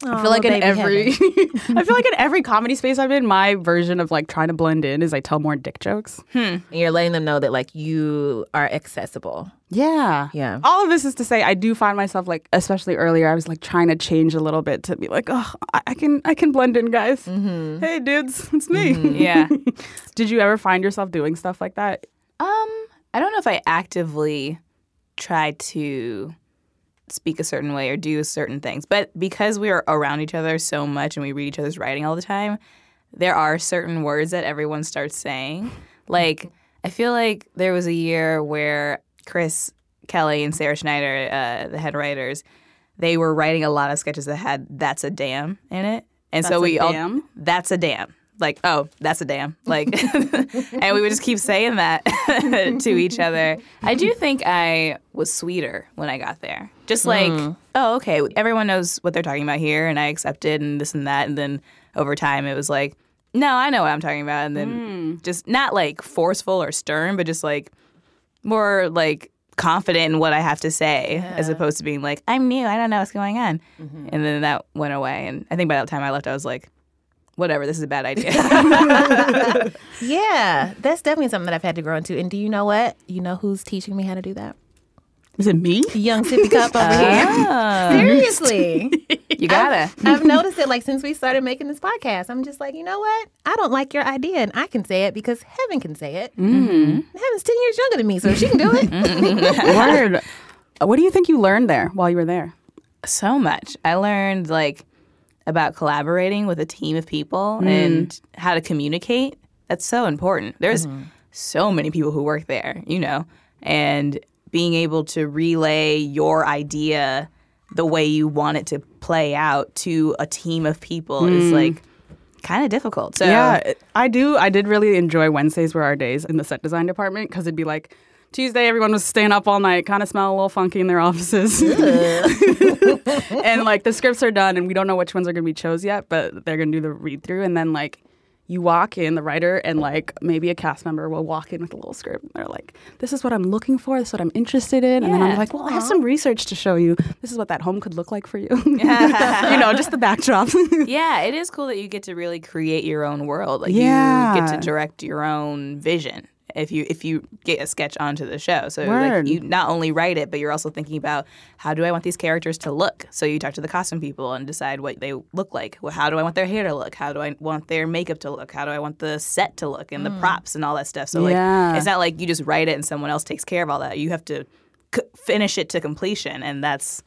Speaker 1: I feel like in
Speaker 2: baby
Speaker 1: every I feel like in every comedy space I've been, my version of like trying to blend in is I tell more dick jokes.
Speaker 2: And you're letting them know that like you are accessible.
Speaker 1: Yeah.
Speaker 2: Yeah.
Speaker 1: All of this is to say I do find myself like especially earlier I was like trying to change a little bit to be like, "Oh, I, I can I can blend in, guys. Hey dudes, it's me."
Speaker 5: Yeah.
Speaker 1: Did you ever find yourself doing stuff like that?
Speaker 5: Um, I don't know if I actively try to speak a certain way or do certain things, but because we are around each other so much and we read each other's writing all the time, there are certain words that everyone starts saying. Like, I feel like there was a year where Chris Kelly and Sarah Schneider, uh, the head writers, they were writing a lot of sketches that had "That's a damn" in it, and so
Speaker 1: a
Speaker 5: we all
Speaker 1: damn?
Speaker 5: that's a damn. Like, oh, that's a damn. Like, and we would just keep saying that to each other. I do think I was sweeter when I got there. Just like,
Speaker 1: Hmm.
Speaker 5: oh, okay, everyone knows what they're talking about here, and I accepted, and this and that. And then over time, it was like, No, I know what I'm talking about. And
Speaker 1: Hmm.
Speaker 5: then just not like forceful or stern, but just like more like confident in what I have to say as opposed to being like, I'm new, I don't know what's going on. And then that went away. And I think by the time I left, I was like, whatever, this is a bad idea.
Speaker 2: Yeah, that's definitely something that I've had to grow into. And do you know what? You know who's teaching me how to do that?
Speaker 1: Is it me?
Speaker 2: Young sippy cup over here. Seriously,
Speaker 5: you gotta.
Speaker 2: I've noticed it. Like since we started making this podcast, I'm just like, you know what? I don't like your idea, and I can say it because Heaven can say it. Mm-hmm. Heaven's ten years younger than me, so she can do it.
Speaker 1: Word. What do you think you learned there while you were there?
Speaker 5: so much. I learned like about collaborating with a team of people and how to communicate. That's so important. There's so many people who work there, you know, and being able to relay your idea the way you want it to play out to a team of people is like kind of difficult. So
Speaker 1: Yeah, I do. I did really enjoy Wednesdays were our days in the set design department because it'd be like Tuesday, everyone was staying up all night, kind of smell a little funky in their offices. and like the scripts are done, and we don't know which ones are going to be chose yet, but they're going to do the read through. And then like you walk in, the writer and like maybe a cast member will walk in with a little script. And they're like, this is what I'm looking for. This is what I'm interested in. And then I'm
Speaker 5: Yeah.
Speaker 1: like, well, I have some research to show you. This is what that home could look like for you. you know, just the backdrop.
Speaker 5: yeah, it is cool that you get to really create your own world. Like you get
Speaker 1: Yeah.
Speaker 5: to direct your own vision if you if you get a sketch onto the show. So
Speaker 1: Word.
Speaker 5: like you not only write it, but you're also thinking about how do I want these characters to look. So you talk to the costume people and decide what they look like. Well, how do I want their hair to look? How do I want their makeup to look? How do I want the set to look and the props and all that stuff. So like
Speaker 1: Mm. Yeah.
Speaker 5: it's not like you just write it and someone else takes care of all that. You have to c- finish it to completion, and that's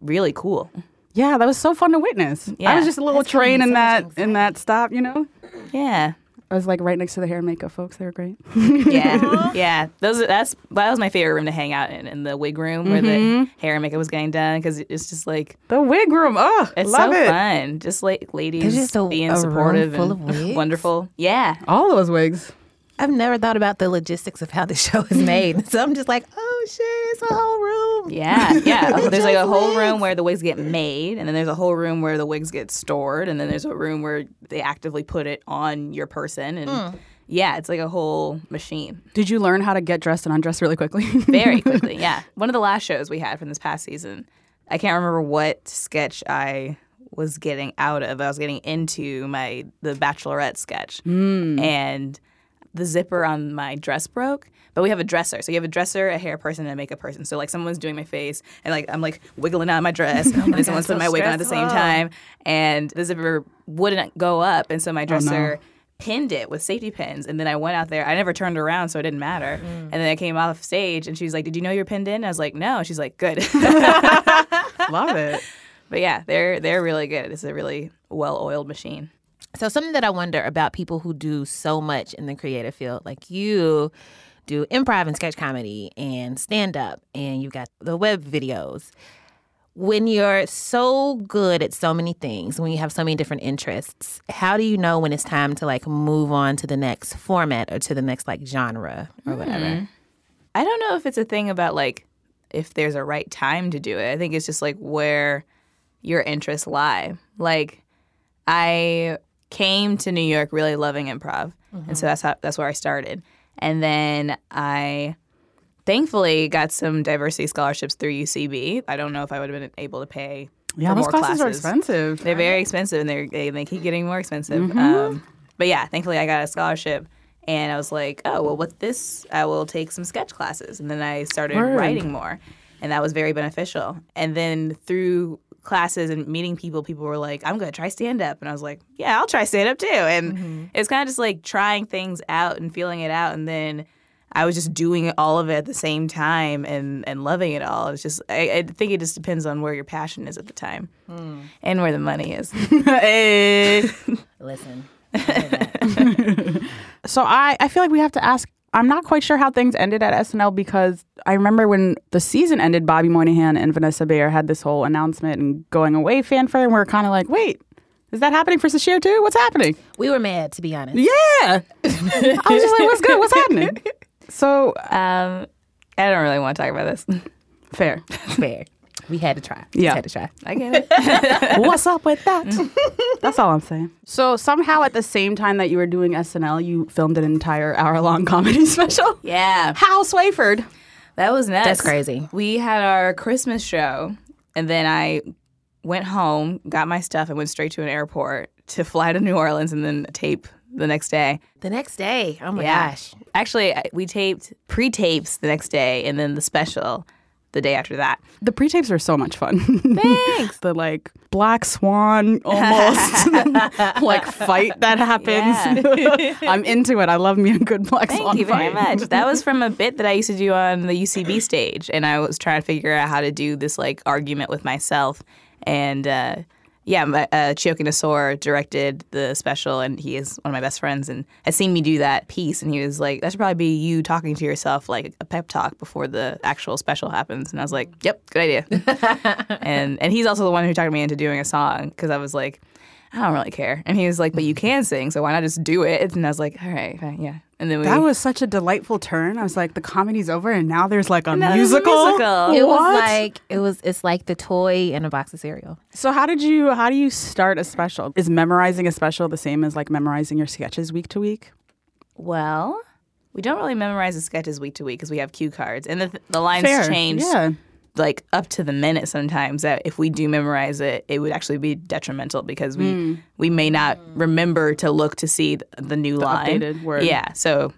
Speaker 5: really cool.
Speaker 1: Yeah, that was so fun to witness. I
Speaker 5: Yeah.
Speaker 1: was just a little train in that in that stop, you know.
Speaker 5: Yeah.
Speaker 1: I was like right next to the hair and makeup folks. They were great.
Speaker 5: Yeah, yeah. Those are- that's that was my favorite room to hang out in, in the wig room where the
Speaker 2: Mm-hmm.
Speaker 5: hair and makeup was getting done because it's just like
Speaker 1: The wig room. Oh,
Speaker 5: it's
Speaker 1: love
Speaker 5: so
Speaker 1: it.
Speaker 5: fun. Just like ladies
Speaker 2: just a-
Speaker 5: being
Speaker 2: a room
Speaker 5: supportive
Speaker 2: full
Speaker 5: and
Speaker 2: of wigs?
Speaker 5: wonderful. Yeah,
Speaker 1: All those wigs.
Speaker 2: I've never thought about the logistics of how the show is made, so I'm just like, oh shit, it's a whole room.
Speaker 5: yeah, yeah. there's like a
Speaker 2: Just
Speaker 5: whole room
Speaker 2: wigs.
Speaker 5: where the wigs get made, and then there's a whole room where the wigs get stored, and then there's a room where they actively put it on your person and.
Speaker 2: Mm.
Speaker 5: Yeah, it's like a whole machine.
Speaker 1: Did you learn how to get dressed and undressed really quickly?
Speaker 5: very quickly. Yeah, one of the last shows we had from this past season. I can't remember what sketch I was getting out of. I was getting into my the Bachelorette sketch, and the zipper on my dress broke. But we have a dresser, so you have a dresser, a hair person, and a makeup person. So like someone's doing my face, and like I'm like wiggling out my dress, and then someone's putting my wig on at the same time, and the zipper wouldn't go up, and so my dresser pinned it with safety pins and then I went out there. I never turned around so it didn't matter. And then I came off stage and she was like, "Did you know you're pinned in?" I was like, "No." She's like, "Good."
Speaker 1: love it.
Speaker 5: but yeah, they're they're really good. It's a really well-oiled machine.
Speaker 2: So something that I wonder about people who do so much in the creative field, like you do improv and sketch comedy and stand up and you've got the web videos. When you're so good at so many things, when you have so many different interests, how do you know when it's time to like move on to the next format or to the next like genre or
Speaker 1: Hmm.
Speaker 2: whatever?
Speaker 5: I don't know if it's a thing about like if there's a right time to do it. I think it's just like where your interests lie. Like I came to New York really loving improv,
Speaker 1: Mm-hmm.
Speaker 5: and so that's how that's where I started. And then I thankfully got some diversity scholarships through UCB. I don't know if I would have been able to pay
Speaker 1: Yeah,
Speaker 5: for
Speaker 1: those
Speaker 5: more
Speaker 1: classes,
Speaker 5: classes
Speaker 1: are expensive. Mm-hmm.
Speaker 5: they're very expensive, and they're, they they keep getting more expensive. Um, but yeah, thankfully I got a scholarship, and I was like, oh well, with this I will take some sketch classes, and then I started
Speaker 1: Word.
Speaker 5: writing more, and that was very beneficial. And then through classes and meeting people, people were like, I'm gonna try stand up, and I was like, yeah, I'll try stand up too. And
Speaker 1: Mm-hmm.
Speaker 5: it's kind of just like trying things out and feeling it out, and then. I was just doing all of it at the same time and, and loving it all. It's just I, I think it just depends on where your passion is at the time and where the money is.
Speaker 1: Hey.
Speaker 2: Listen.
Speaker 1: so I, I feel like we have to ask. I'm not quite sure how things ended at SNL because I remember when the season ended, Bobby Moynihan and Vanessa Bayer had this whole announcement and going away fanfare, and we are kind of like, wait, is that happening for Sashir too? What's happening?
Speaker 2: We were mad to be honest.
Speaker 1: Yeah. I was just like, what's good? What's happening? So
Speaker 5: Um, I don't really want to talk about this.
Speaker 1: fair.
Speaker 2: Fair. We had to try.
Speaker 1: Yeah.
Speaker 2: Just had to try.
Speaker 5: I get it.
Speaker 1: What's up with that? That's all I'm saying. So somehow, at the same time that you were doing SNL, you filmed an entire hour-long comedy special.
Speaker 5: Yeah.
Speaker 1: Hal Swayford.
Speaker 5: That was nuts.
Speaker 2: That's crazy.
Speaker 5: We had our Christmas show, and then I went home, got my stuff, and went straight to an airport to fly to New Orleans and then tape the next day.
Speaker 2: The next day. Oh my
Speaker 5: Yeah.
Speaker 2: gosh.
Speaker 5: Actually, I- we taped pre tapes the next day, and then the special the day after that.
Speaker 1: The pre-tapes were so much fun. Thanks. the like black swan almost like fight that happens. I'm into it. I love me a good black swan.
Speaker 5: Thank you very
Speaker 1: fight.
Speaker 5: much. That was from a bit that I used to do on the UCB stage, and I was trying to figure out how to do this like argument with myself. And uh, yeah, my, uh, Chiokinosaur directed the special, and he is one of my best friends, and has seen me do that piece, and he was like, "That should probably be you talking to yourself like a pep talk before the actual special happens." And I was like, "Yep, good idea." and and he's also the one who talked me into doing a song because I was like. I don't really care, and he was like, "But you can sing, so why not just do it?" And I was like, "All right, fine, yeah." And then we
Speaker 1: That was such a delightful turn. I was like, the comedy's over, and now there's like a
Speaker 5: there's a
Speaker 1: musical.
Speaker 5: musical.
Speaker 2: It
Speaker 1: What?
Speaker 2: was like it was it's like the toy in a box of cereal.
Speaker 1: so how did you how do you start a special? Is memorizing a special the same as like memorizing your sketches week to week?
Speaker 5: Well, we don't really memorize the sketches week to week because we have cue cards, and the, the lines change
Speaker 1: Yeah.
Speaker 5: like up to the minute sometimes. That if we do memorize it, it would actually be detrimental because we
Speaker 1: Hmm.
Speaker 5: we may not remember to look to see th- the new line.
Speaker 1: updated word.
Speaker 5: Yeah, so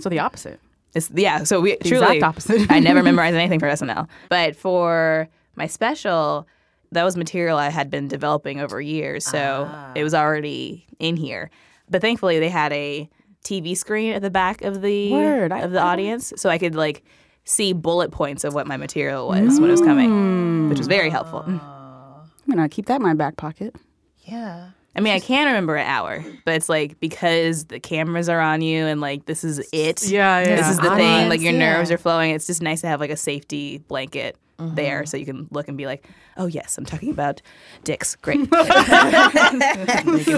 Speaker 1: So the opposite.
Speaker 5: it's yeah. So we
Speaker 1: The
Speaker 5: truly
Speaker 1: exact opposite.
Speaker 5: I never memorized anything for SNL, but for my special. That was material I had been developing over years, so it
Speaker 1: Ah.
Speaker 5: was already in here. But thankfully, they had a TV screen at the back of the
Speaker 1: Word, I-
Speaker 5: of the audience, so I could like see bullet points of what my material was when it was
Speaker 1: Hmm.
Speaker 5: coming, which was very helpful. Mm.
Speaker 1: I'm gonna keep that in my back pocket.
Speaker 2: Yeah.
Speaker 5: I mean, I can remember an hour, but it's like because the cameras are on you and like this is it.
Speaker 1: Yeah, yeah.
Speaker 5: This is the thing.
Speaker 2: Audience,
Speaker 5: Like your
Speaker 2: yeah.
Speaker 5: nerves are flowing. It's just nice to have like a safety blanket there so you can look and be like, oh, yes, I'm talking about dicks. Great. we can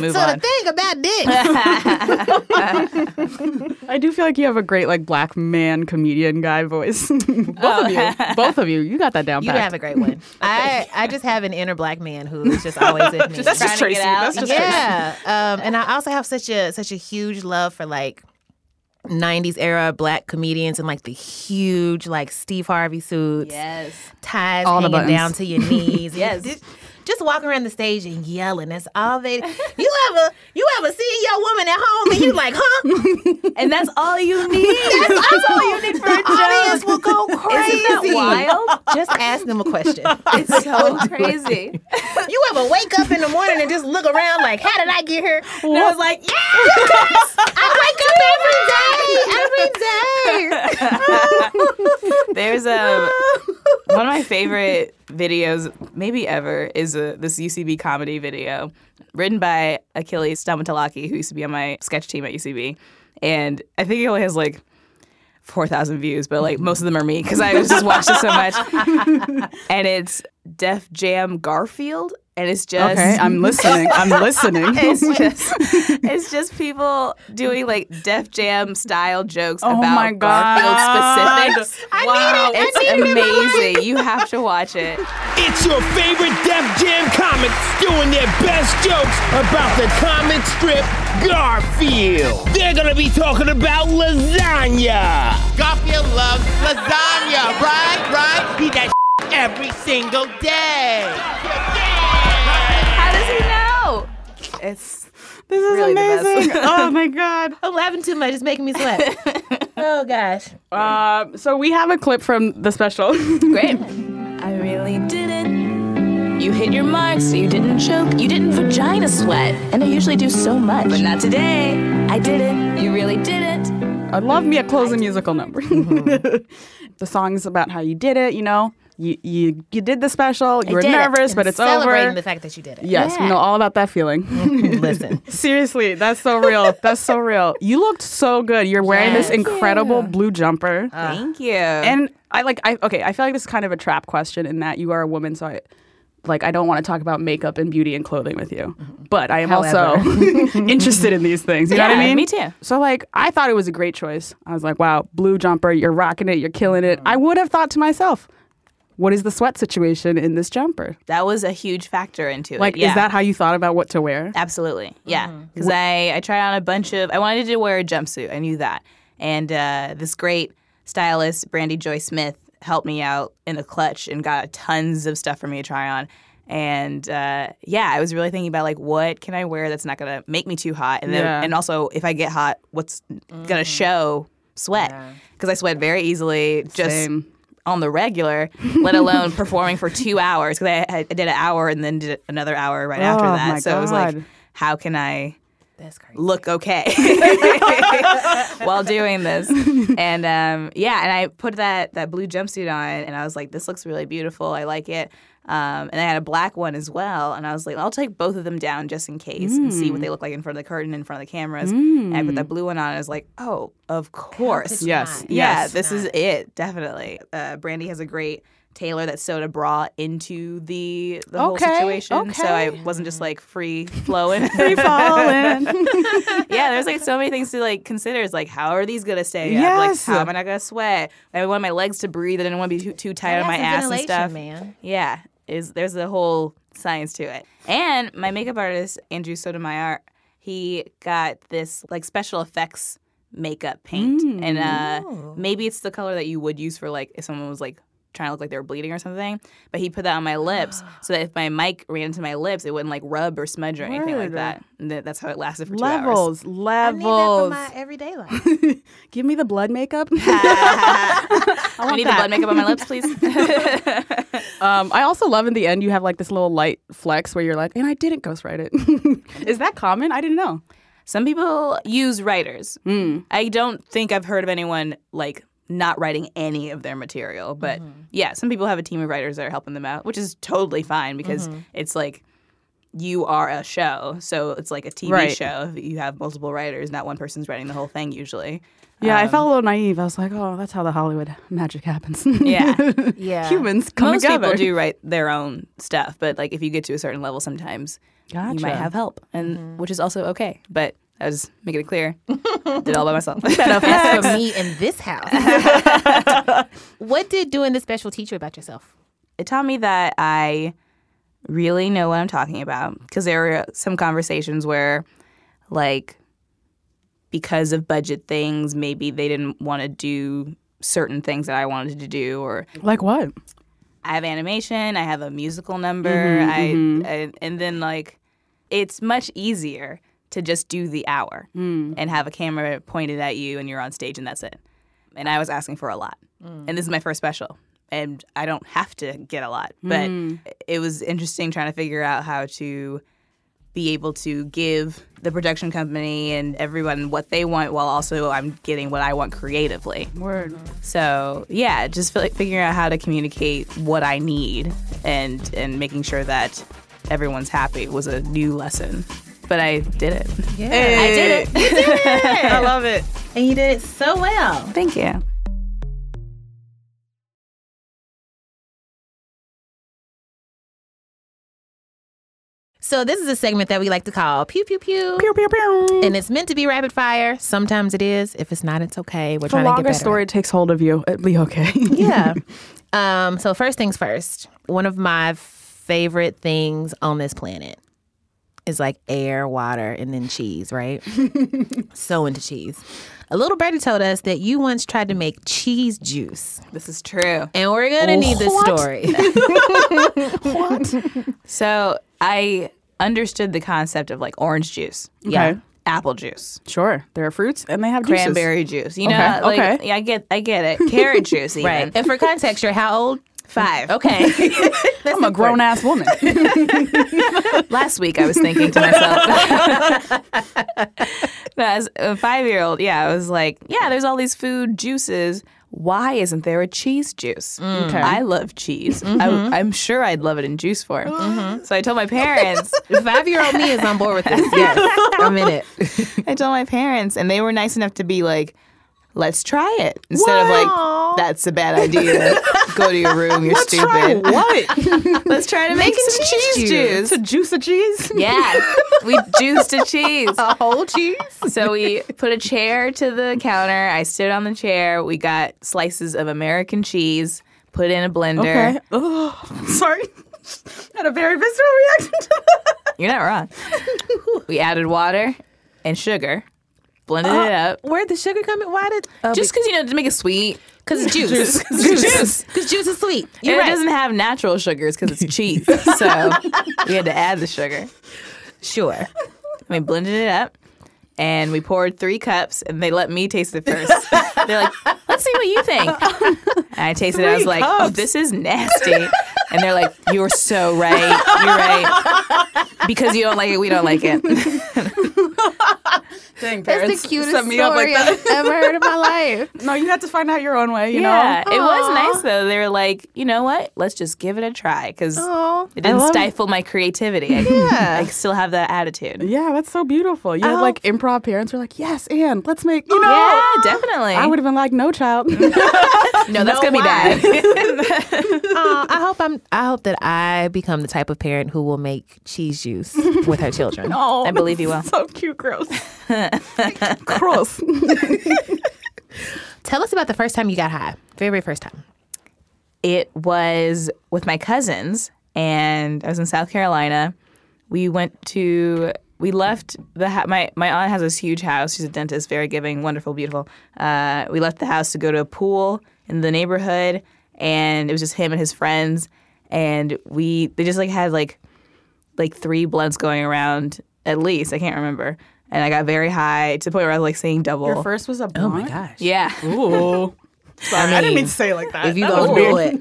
Speaker 5: move on.
Speaker 2: thing about dick.
Speaker 1: I do feel like you have a great like black man comedian guy voice. both of you, both of you, you got that down.
Speaker 2: Oh. you
Speaker 1: pat.
Speaker 2: have a great one. I I just have an inner black man who is just always in me.
Speaker 1: That's just
Speaker 5: trying to
Speaker 1: Tracy.
Speaker 5: get out.
Speaker 1: That's just Tracy.
Speaker 2: yeah. Um, and I also have such a such a huge love for like 90s era black comedians and like the huge like Steve Harvey suits,
Speaker 5: Yes.
Speaker 2: ties
Speaker 1: All the
Speaker 2: hanging
Speaker 1: buttons.
Speaker 2: down to your knees.
Speaker 5: Yes.
Speaker 2: Just, just walking around the stage and yelling. That's all they You ever you ever see your woman at home and you like, "Huh?"
Speaker 5: And that's all you need.
Speaker 2: That's all you need for a audience will go crazy.
Speaker 5: Isn't that wild?
Speaker 2: Just ask them a question.
Speaker 5: It's so crazy.
Speaker 2: you ever wake up in the morning and just look around like, how did I get here? And I was like, yeah, I wake up every day, every day.
Speaker 5: There's a one of my favorite videos, maybe ever, is a, this UCB comedy video written by Achilles Stamatolaki, who used to be on my sketch team at UCB, and I think he only has like. 4,000 views, but like most of them are me because I was just watched it so much. and it's Def Jam Garfield, and it's just
Speaker 1: Okay, I'm listening. I'm listening.
Speaker 5: it's just it's just people doing like Def Jam style jokes
Speaker 1: Oh
Speaker 5: about
Speaker 1: my God.
Speaker 5: Garfield specifics. wow, it's amazing. You have to watch it.
Speaker 6: It's your favorite Def Jam comics doing their best jokes about the comic strip Garfield. They're gonna be talking about lasagna. Garfield loves lasagna, right? Right? He does every single day.
Speaker 5: How does he know? It's
Speaker 1: this is
Speaker 5: really the best.
Speaker 1: amazing. oh my god.
Speaker 2: I'm laughing too much. It's making me sweat. oh, gosh.
Speaker 1: Um, so we have a clip from the special.
Speaker 5: great. I really did it. You hit your marks, so you didn't choke, you didn't vagina sweat, and I usually do so much, but not today. I did it. You really did it.
Speaker 1: I love me a closing musical number.
Speaker 2: Mm-hmm.
Speaker 1: the song's about how you did it. You know, you you, you did the special. You were
Speaker 2: Did it.
Speaker 1: nervous, but
Speaker 2: And
Speaker 1: it's
Speaker 2: Celebrating
Speaker 1: over.
Speaker 2: the Mm-hmm. fact that you did it.
Speaker 1: yes, we know all about that feeling.
Speaker 2: Listen.
Speaker 1: Seriously, that's so real. That's so real. You looked so good. You're wearing this incredible blue jumper.
Speaker 5: Thank you. And
Speaker 1: Uh, and I like I okay, I feel like this is kind of a trap question in that you are a woman, so I like I don't want to talk about makeup and beauty and clothing with you.
Speaker 5: Mm-hmm.
Speaker 1: But I am also interested in these things. You know what I
Speaker 5: Yeah,
Speaker 1: mean?
Speaker 5: me too.
Speaker 1: So like I thought it was a
Speaker 5: Mm-hmm.
Speaker 1: great choice. I was like, wow, blue jumper, you're rocking it, you're killing it. I would have thought to myself, what is the sweat situation in this jumper?
Speaker 5: That was a huge factor into it.
Speaker 1: Like,
Speaker 5: yeah.
Speaker 1: is that how you thought about what to wear?
Speaker 5: Absolutely. Yeah.
Speaker 1: Mm-hmm.
Speaker 5: Because I, I tried on a bunch of, I wanted to wear a jumpsuit. I knew that. And uh, this great stylist, Brandy Joy Smith, helped me out in the clutch and got tons of stuff for me to try on. And uh, yeah, I was really thinking about like, what can I wear that's not going to make me too hot? And then,
Speaker 1: Yeah. Mm-hmm.
Speaker 5: and also, if I get hot, what's going to show sweat? Because I sweat very easily. Just
Speaker 1: Same.
Speaker 5: on the regular, let alone performing for two hours. Because I, I did an hour and then did another hour right after
Speaker 1: Oh,
Speaker 5: that.
Speaker 1: my
Speaker 5: so it was like,
Speaker 1: God.
Speaker 5: how can I
Speaker 2: That's crazy.
Speaker 5: look okay while doing this? And um, yeah, and I put that that blue jumpsuit on, and I was like, this looks really beautiful. I like it. Um, and I had a black one as well, and I was like, I'll take both of them down just in case and see
Speaker 1: Mm.
Speaker 5: what they look like in front of the curtain, in front of the cameras. And I put that blue one on, and I was like, oh, of course,
Speaker 1: Yes.
Speaker 5: yeah,
Speaker 1: Yes.
Speaker 5: this is it, definitely. Uh, Brandy has a great tailor that sewed a bra into the the whole
Speaker 1: Okay,
Speaker 5: situation, so I
Speaker 1: okay.
Speaker 5: wasn't just like free flowing.
Speaker 1: Free falling.
Speaker 5: yeah, there's like so many things to like consider. It's like, how are these gonna stay? up?
Speaker 1: Yes.
Speaker 5: Like, how am I not gonna sweat? I want my legs to breathe. I didn't want to be too, too tight on my ass and stuff.
Speaker 2: man.
Speaker 5: Yeah, is there's a whole science to it. And my makeup artist Andrew Sotomayor, he got this like special effects makeup paint,
Speaker 1: Mm,
Speaker 5: and
Speaker 1: oh.
Speaker 5: uh, maybe it's the color that you would use for like if someone was like trying to look like they were bleeding or something. But he put that on my lips so that if my mic ran into my lips, it wouldn't like rub or smudge or anything like
Speaker 1: Word.
Speaker 5: that. And th- that's how it lasted for two hours.
Speaker 1: levels, levels.
Speaker 2: everyday life.
Speaker 1: Give me the blood makeup.
Speaker 5: I need the blood makeup on my lips, please.
Speaker 1: Um, I also love in the end you have like this little light flex where you're like, and I didn't ghostwrite it. Is that common? I didn't know.
Speaker 5: Some people use writers. I don't think I've heard of anyone like not writing any of their material, but yeah, some people have a team of writers that are helping them out, which is totally fine because it's like you are a show, so it's like a TV
Speaker 1: Right.
Speaker 5: show. You have multiple writers, not one person's writing the whole thing usually.
Speaker 1: Yeah, I felt a little naive. I was like, oh, that's how the Hollywood magic happens.
Speaker 5: Yeah.
Speaker 2: Yeah.
Speaker 1: humans come
Speaker 5: Most
Speaker 1: together.
Speaker 5: people do write their own stuff, but like if you get to a certain level, sometimes you might
Speaker 1: Gotcha.
Speaker 5: have help, and which is also okay. But I was just making it clear, did it all by myself.
Speaker 2: That's for me in this house. what did doing this special teach you about yourself?
Speaker 5: it taught me that I really know what I'm talking about because there were some conversations where, like, because of budget things, maybe they didn't want to do certain things that I wanted to do, or
Speaker 1: Like what?
Speaker 5: I have animation, I have a musical number, I, I and then like it's much easier to just do the hour and have a camera pointed at you and you're on stage and that's it. And I was asking for a lot. And this is my first special and I don't have to get a lot, but it was interesting trying to figure out how to be able to give the production company and everyone what they want while also I'm getting what I want creatively.
Speaker 1: Word.
Speaker 5: So yeah, just fi- figuring out how to communicate what I need and and making sure that everyone's happy was a new lesson. But I did it. Yeah, I did it.
Speaker 2: I love it. And you did it so well.
Speaker 5: Thank you.
Speaker 2: So this is a segment that we like to call pew pew pew.
Speaker 1: Pew, pew, pew.
Speaker 2: And it's meant to be rapid fire. Sometimes it is. If it's not, it's okay.
Speaker 1: the
Speaker 2: We're trying to get
Speaker 1: longer
Speaker 2: better.
Speaker 1: story takes hold of you, it'll be okay.
Speaker 2: yeah. Um, so first things first, one of my favorite things on this planet is like air, water, and then cheese, right? so into cheese. A little birdie told us that you once tried to make cheese juice.
Speaker 5: This is true.
Speaker 2: And we're gonna need this story.
Speaker 5: So I understood the concept of like orange juice,
Speaker 2: Yeah.
Speaker 5: apple juice,
Speaker 1: sure, there are fruits and they have juices.
Speaker 5: cranberry juice. You
Speaker 1: Okay,
Speaker 5: know, like
Speaker 1: okay.
Speaker 5: yeah, I get I get it. Carrot juice, even.
Speaker 2: Right. And for context, you're how old?
Speaker 5: Five.
Speaker 2: Okay.
Speaker 1: I'm a grown ass woman.
Speaker 5: Last week, I was thinking to myself, No, as a five year old, yeah, I was like, yeah, there's all these food juices. Why isn't there a cheese juice?
Speaker 1: Mm. Okay. Mm-hmm.
Speaker 5: I love cheese. I, am sure I'd love it in juice form. So I told my parents,
Speaker 2: Five year old me is on board with this. Yes. I'm in it.
Speaker 5: I told my parents, and they were nice enough to be like, let's try it. Instead of like, that's a bad idea. Go to your room, you're stupid.
Speaker 1: what?
Speaker 5: Let's try to make some cheese, juice.
Speaker 1: To juice a cheese?
Speaker 5: Yeah, we juiced a cheese.
Speaker 2: Whole cheese?
Speaker 5: So we put a chair to the counter. I stood on the chair. We got slices of American cheese, put it in a blender.
Speaker 1: Okay. Ugh. sorry. Had a very visceral reaction to that.
Speaker 5: You're not wrong. we added water and sugar, blended it up.
Speaker 2: Uh, Where'd the sugar come in? Why did? uh,
Speaker 5: Just because you know to make it sweet, because it's juice.
Speaker 2: juice.
Speaker 5: It's juice.
Speaker 2: Because juice is sweet.
Speaker 5: And
Speaker 2: You're
Speaker 5: it
Speaker 2: right.
Speaker 5: doesn't have natural sugars because it's cheese. so we had to add the sugar.
Speaker 2: Sure.
Speaker 5: We blended it up and we poured three cups and they let me taste it first. They're like, let's see what you think. And I tasted it. I was like, oh, this is nasty. And they're like, you're so right. You're right. Because you don't like it, we don't like it.
Speaker 1: Dang,
Speaker 7: That's
Speaker 1: parents
Speaker 7: the cutest
Speaker 1: set me up like
Speaker 7: story
Speaker 1: that.
Speaker 7: I've ever heard in my life.
Speaker 1: No, you have to find out your own way. You
Speaker 5: Yeah,
Speaker 1: know. Oh,
Speaker 5: it was nice though. They were like, you know what? Let's just give it a try because
Speaker 7: Oh,
Speaker 5: it didn't stifle my creativity. I, I still have that attitude.
Speaker 1: Yeah, that's so beautiful. You had like improv parents were like, yes, and let's make you know.
Speaker 5: Yeah, definitely.
Speaker 1: I would have been like, no, child.
Speaker 5: no, that's gonna be
Speaker 2: why.
Speaker 5: bad.
Speaker 2: Aw, Uh, I hope I'm. I hope that I become the type of parent who will make cheese juice with her children.
Speaker 1: oh,
Speaker 5: I believe you will.
Speaker 1: so cute, gross, gross.
Speaker 2: Tell us about the first time you got high. Very, very first time.
Speaker 5: it was with my cousins and I was in South Carolina. We went to we left the ha- my my aunt has this huge house. She's a dentist, very giving, wonderful, beautiful. Uh, we left the house to go to a pool in the neighborhood, and it was just him and his friends. And we they just like had like like three blunts going around at least. I can't remember. And I got very high to the point where I was like seeing double.
Speaker 1: Your first was a blunt. Oh my god.
Speaker 5: yeah.
Speaker 1: Ooh. Sorry, I, didn't mean to say it like that.
Speaker 2: If you gonna do it,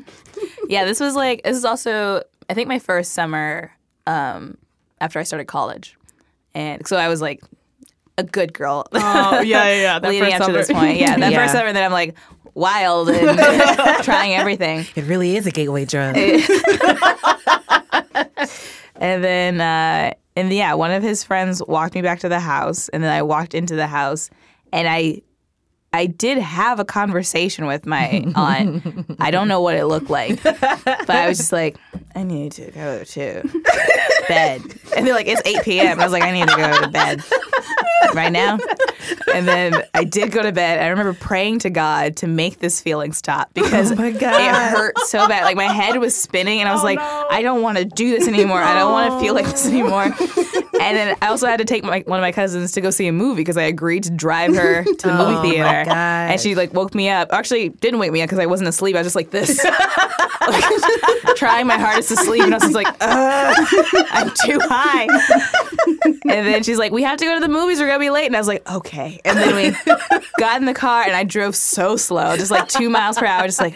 Speaker 5: Yeah, this was like this is also I think my first summer um, after I started college, and so I was like a good girl
Speaker 1: Oh, yeah, yeah, yeah. That
Speaker 5: leading
Speaker 1: first
Speaker 5: up to this
Speaker 1: summer.
Speaker 5: point. Yeah, that
Speaker 2: Yeah.
Speaker 5: first summer, and then I'm like wild and trying everything,
Speaker 2: it really is a gateway drug.
Speaker 5: and then uh, and yeah, one of his friends walked me back to the house, and then I walked into the house, and I. I did have a conversation with my aunt. I don't know what it looked like, but I was just like, I need to go to bed. And they're like, it's 8 p.m. I was like, I need to go to bed right now. And then I did go to bed. I remember praying to God to make this feeling stop because it hurt so bad. Like my head was spinning and I was like, I don't want to do this anymore. I don't want to feel like this anymore. And then I also had to take my, one of my cousins to go see a movie because I agreed to drive her to the movie theater. And she like woke me up. Actually, didn't wake me up because I wasn't asleep. I was just like this, like, trying my hardest to sleep. And I was just like, I'm too high. and then she's like, We have to go to the movies. We're going to be late. And I was like, Okay. And then we got in the car and I drove so slow, just like two miles per hour, just like,